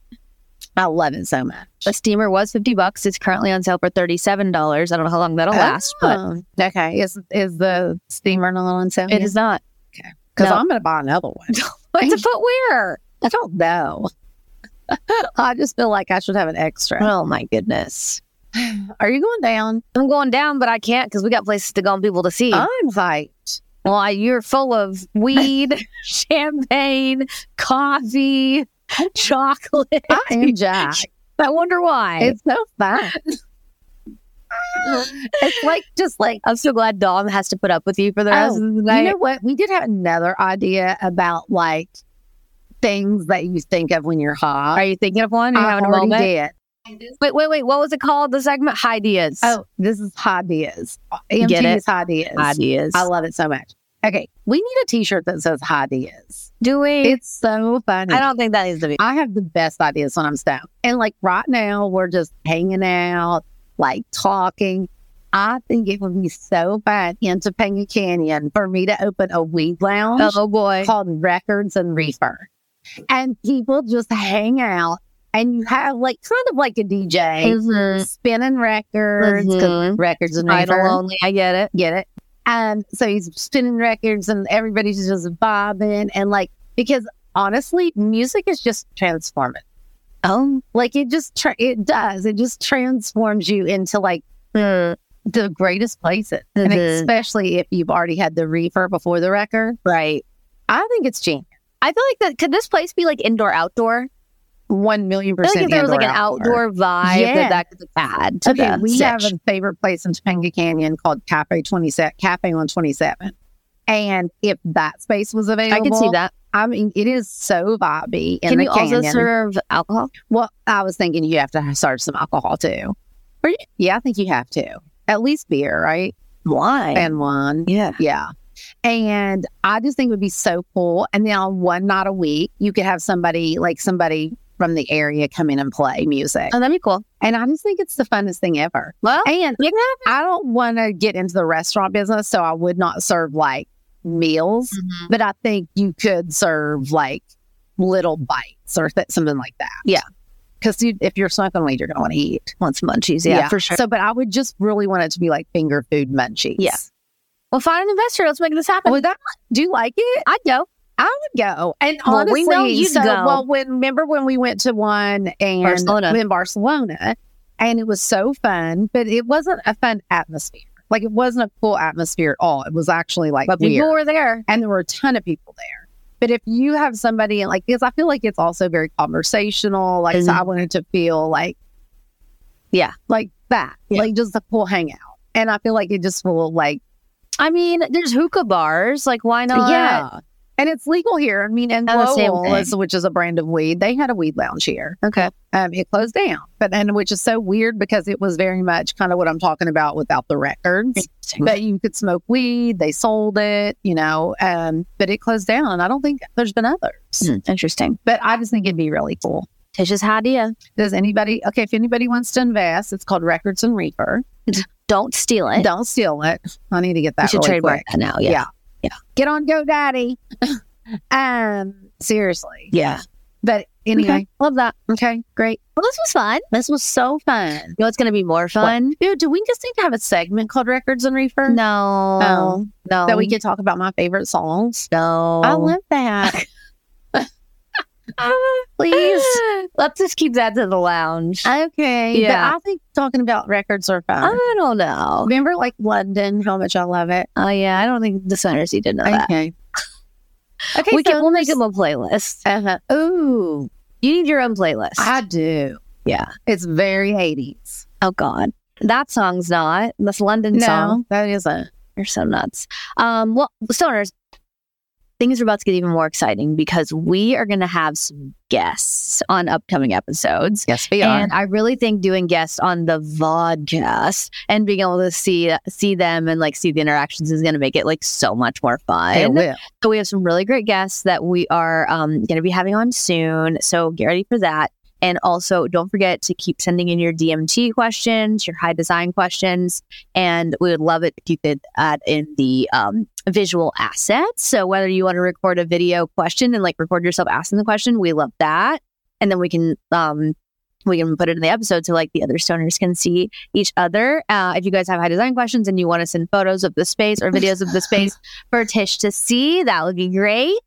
Speaker 2: I love it so much.
Speaker 4: The steamer was fifty bucks. It's currently on sale for thirty seven dollars. I don't know how long that'll last, but
Speaker 2: Oh, okay, is is the steamer not on sale?
Speaker 4: it is not.
Speaker 2: because
Speaker 4: no.
Speaker 2: I'm going to buy another
Speaker 4: [laughs]
Speaker 2: one.
Speaker 4: But to put where?
Speaker 2: I don't know. [laughs] I just feel like I should have an extra.
Speaker 4: Oh my goodness.
Speaker 2: Are you going down? Oh.
Speaker 4: I'm going down, but I can't because we got places to go and people to see.
Speaker 2: I'm hyped.
Speaker 4: Well, I- you're full of
Speaker 2: [laughs]
Speaker 4: weed, champagne, coffee, chocolate.
Speaker 2: I am jacked.
Speaker 4: [laughs] I wonder why.
Speaker 2: It's so fun. it's like just like
Speaker 4: I'm so glad Dom has to put up with you for the rest
Speaker 2: Oh,
Speaker 4: of the night.
Speaker 2: you know what? We did have another idea about like things that you think of when you're high.
Speaker 4: Are you thinking of one? Are you
Speaker 2: I
Speaker 4: having a
Speaker 2: already
Speaker 4: moment?
Speaker 2: did.
Speaker 4: Wait, wait, wait. What was it called? The segment? Ideas.
Speaker 2: Oh, this is ideas.
Speaker 4: Get
Speaker 2: MT's ideas.
Speaker 4: ideas.
Speaker 2: I love it so much. Okay, we need a T-shirt that says ideas.
Speaker 4: Do we?
Speaker 2: It's so funny.
Speaker 4: I don't think that needs to be.
Speaker 2: I have the best ideas when I'm stoned. And like right now, we're just hanging out, like talking. I think it would be so fun in Topanga Canyon for me to open a weed lounge
Speaker 4: Oh boy.
Speaker 2: called Records and Reefer. And people just hang out and you have like kind of like a DJ
Speaker 4: Mm-hmm.
Speaker 2: spinning records, 'cause
Speaker 4: Mhm.
Speaker 2: records and
Speaker 4: Title
Speaker 2: reefer.
Speaker 4: only. I get it.
Speaker 2: Get it? And so he's spinning records and everybody's just bobbing and like because honestly, music is just transformative.
Speaker 4: Oh.
Speaker 2: Um, like it just tra- it does. It just transforms you into like
Speaker 4: Hmm.
Speaker 2: the greatest places, and
Speaker 4: Mhm.
Speaker 2: especially if you've already had the reefer before the record.
Speaker 4: Right.
Speaker 2: I think it's genius.
Speaker 4: I feel like that. Could this place be like indoor outdoor?
Speaker 2: One million
Speaker 4: I feel
Speaker 2: percent.
Speaker 4: like if there was like an outdoor, vibe
Speaker 2: Yeah.
Speaker 4: that that could add to
Speaker 2: okay,
Speaker 4: the
Speaker 2: we have
Speaker 4: sitch.
Speaker 2: a favorite place in Topanga Canyon called Cafe Twenty Seven, Cafe on Twenty Seven, and if that space was available,
Speaker 4: I can see that.
Speaker 2: I mean, it is so vibey in
Speaker 4: Can
Speaker 2: the
Speaker 4: you
Speaker 2: canyon.
Speaker 4: also serve alcohol?
Speaker 2: well, I was thinking you have to serve some alcohol too. Or- yeah, I think you have to at least beer, right?
Speaker 4: Wine.
Speaker 2: And wine,
Speaker 4: yeah.
Speaker 2: yeah. And I just think it would be so cool. And then on one night a week, you could have somebody like somebody from the area come in and play music.
Speaker 4: Oh, that'd be cool.
Speaker 2: And I just think it's the funnest thing ever.
Speaker 4: Well,
Speaker 2: And
Speaker 4: you can have
Speaker 2: I don't want to get into the restaurant business, so I would not serve like meals,
Speaker 4: Mm-hmm.
Speaker 2: but I think you could serve like little bites or th- something like that.
Speaker 4: Yeah.
Speaker 2: Because you, if you're smoking weed, you're going to want to eat.
Speaker 4: once munchies. Yeah, for sure.
Speaker 2: So, but I would just really want it to be like finger food munchies.
Speaker 4: Yeah. well, find an investor. Let's make this happen.
Speaker 2: Would that, do you like it?
Speaker 4: I'd go.
Speaker 2: I would go. And
Speaker 4: Well,
Speaker 2: honestly,
Speaker 4: we know you'd
Speaker 2: so,
Speaker 4: go.
Speaker 2: well, when remember when we went to one and
Speaker 4: Barcelona.
Speaker 2: in Barcelona, and it was so fun, but it wasn't a fun atmosphere. Like it wasn't a cool atmosphere at all. It was actually like
Speaker 4: But
Speaker 2: weird,
Speaker 4: people were there.
Speaker 2: and there were a ton of people there. But if you have somebody and like, because I feel like it's also very conversational. Like, so
Speaker 4: Mhm.
Speaker 2: I wanted to feel like,
Speaker 4: Yeah.
Speaker 2: like that,
Speaker 4: Yeah.
Speaker 2: like just a cool hangout. And I feel like it just will like,
Speaker 4: I mean, there's hookah bars. Like, why not?
Speaker 2: yeah. And it's legal here. I mean, and
Speaker 4: Oh, the same
Speaker 2: Lowell, is- which is a brand of weed, they had a weed lounge here.
Speaker 4: Okay.
Speaker 2: um, it closed down. But and which is so weird because it was very much kind of what I'm talking about without the records. But you could smoke weed. They sold it, you know. Um, but it closed down. I don't think there's been others.
Speaker 4: Hmm, Interesting.
Speaker 2: But I just think it'd be really cool.
Speaker 4: Tish's idea.
Speaker 2: Does anybody? Okay, if anybody wants to invest, it's called Records and Reaper.
Speaker 4: Don't steal it.
Speaker 2: Don't steal it. I need to get
Speaker 4: you
Speaker 2: that
Speaker 4: should
Speaker 2: really
Speaker 4: trademark
Speaker 2: quick.
Speaker 4: that now. Yeah.
Speaker 2: Yeah. Get on GoDaddy. [laughs] um, seriously.
Speaker 4: Yeah.
Speaker 2: But anyway,
Speaker 4: Okay. Love that.
Speaker 2: okay, great.
Speaker 4: Well, this was fun.
Speaker 2: This was so fun.
Speaker 4: You know what's going to be more fun?
Speaker 2: Dude, do we just need to have a segment called Records and Reefer?
Speaker 4: No.
Speaker 2: Oh.
Speaker 4: no.
Speaker 2: That we could talk about my favorite songs.
Speaker 4: No.
Speaker 2: [laughs] I love that.
Speaker 4: Please. [laughs] Let's just keep that to the lounge.
Speaker 2: Okay.
Speaker 4: Yeah.
Speaker 2: But I think talking about records are fun.
Speaker 4: I don't know.
Speaker 2: Remember, like London, how much I love it.
Speaker 4: Oh yeah, I don't think the Senators did know that.
Speaker 2: Okay.
Speaker 4: Okay, we can, we'll make them a playlist.
Speaker 2: Uh-huh.
Speaker 4: Ooh, you need your own playlist.
Speaker 2: I do.
Speaker 4: Yeah.
Speaker 2: It's very 80s.
Speaker 4: oh God, that song's not. That's London song.
Speaker 2: that isn't.
Speaker 4: You're so nuts. Um, well, stoners, things are about to get even more exciting because we are going to have some guests on upcoming episodes.
Speaker 2: Yes, we
Speaker 4: And I really think doing guests on the vodcast and being able to see see them and like see the interactions is going to make it like so much more fun.
Speaker 2: It will.
Speaker 4: So we have some really great guests that we are um, going to be having on soon. So get ready for that. And also, don't forget to keep sending in your DMT questions, your high design questions, and we would love it if you could add in the um, visual assets. So whether you want to record a video question and like record yourself asking the question, we love that, and then we can um, we can put it in the episode so like the other stoners can see each other. Uh, if you guys have high design questions and you want to send photos of the space or videos of the space for Tish to see. That would be great.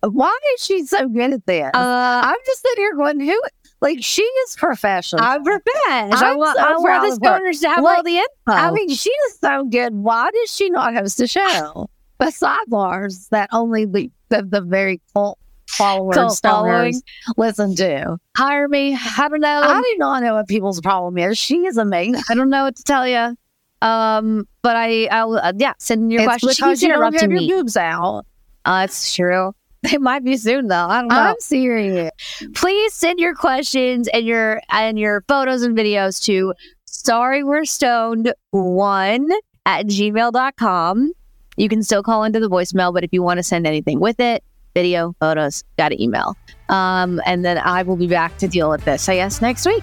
Speaker 2: Why is she so good at this?
Speaker 4: Uh,
Speaker 2: I'm just sitting here going, who? Like, she is professional.
Speaker 4: I'm revenge. I
Speaker 2: I'm
Speaker 4: want,
Speaker 2: so
Speaker 4: I want
Speaker 2: proud
Speaker 4: the
Speaker 2: of her.
Speaker 4: stoners to have
Speaker 2: Like,
Speaker 4: all the info.
Speaker 2: I mean, she is so good. Why does she not host a
Speaker 4: [sighs]
Speaker 2: show? Besides ours, that only the, the, the very cult followers,
Speaker 4: Cult following.
Speaker 2: stoners listen to.
Speaker 4: hire me. I don't know.
Speaker 2: I do not know what people's problem is. She is amazing.
Speaker 4: I don't know what to tell you. Um, but I, I'll uh, yeah, send in your
Speaker 2: It's
Speaker 4: questions.
Speaker 2: because
Speaker 4: Keep
Speaker 2: you don't have
Speaker 4: interrupting me.
Speaker 2: your boobs out.
Speaker 4: Uh, it's true.
Speaker 2: [laughs] It might be soon though. I don't know.
Speaker 4: I'm
Speaker 2: serious.
Speaker 4: Please send your questions and your and your photos and videos to sorry we're stoned one at gmail.com. You can still call into the voicemail, but if you want to send anything with it, video, photos, gotta email. Um, and then I will be back to deal with this, I guess, next week.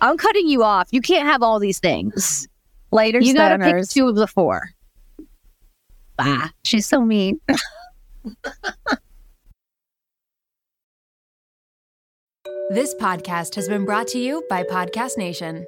Speaker 4: I'm cutting you off. You can't have all these things.
Speaker 2: Later,
Speaker 4: You gotta pick
Speaker 2: stoners.
Speaker 4: two of the four. Bye.
Speaker 2: She's so mean.
Speaker 6: This podcast has been brought to you by Podcast Nation.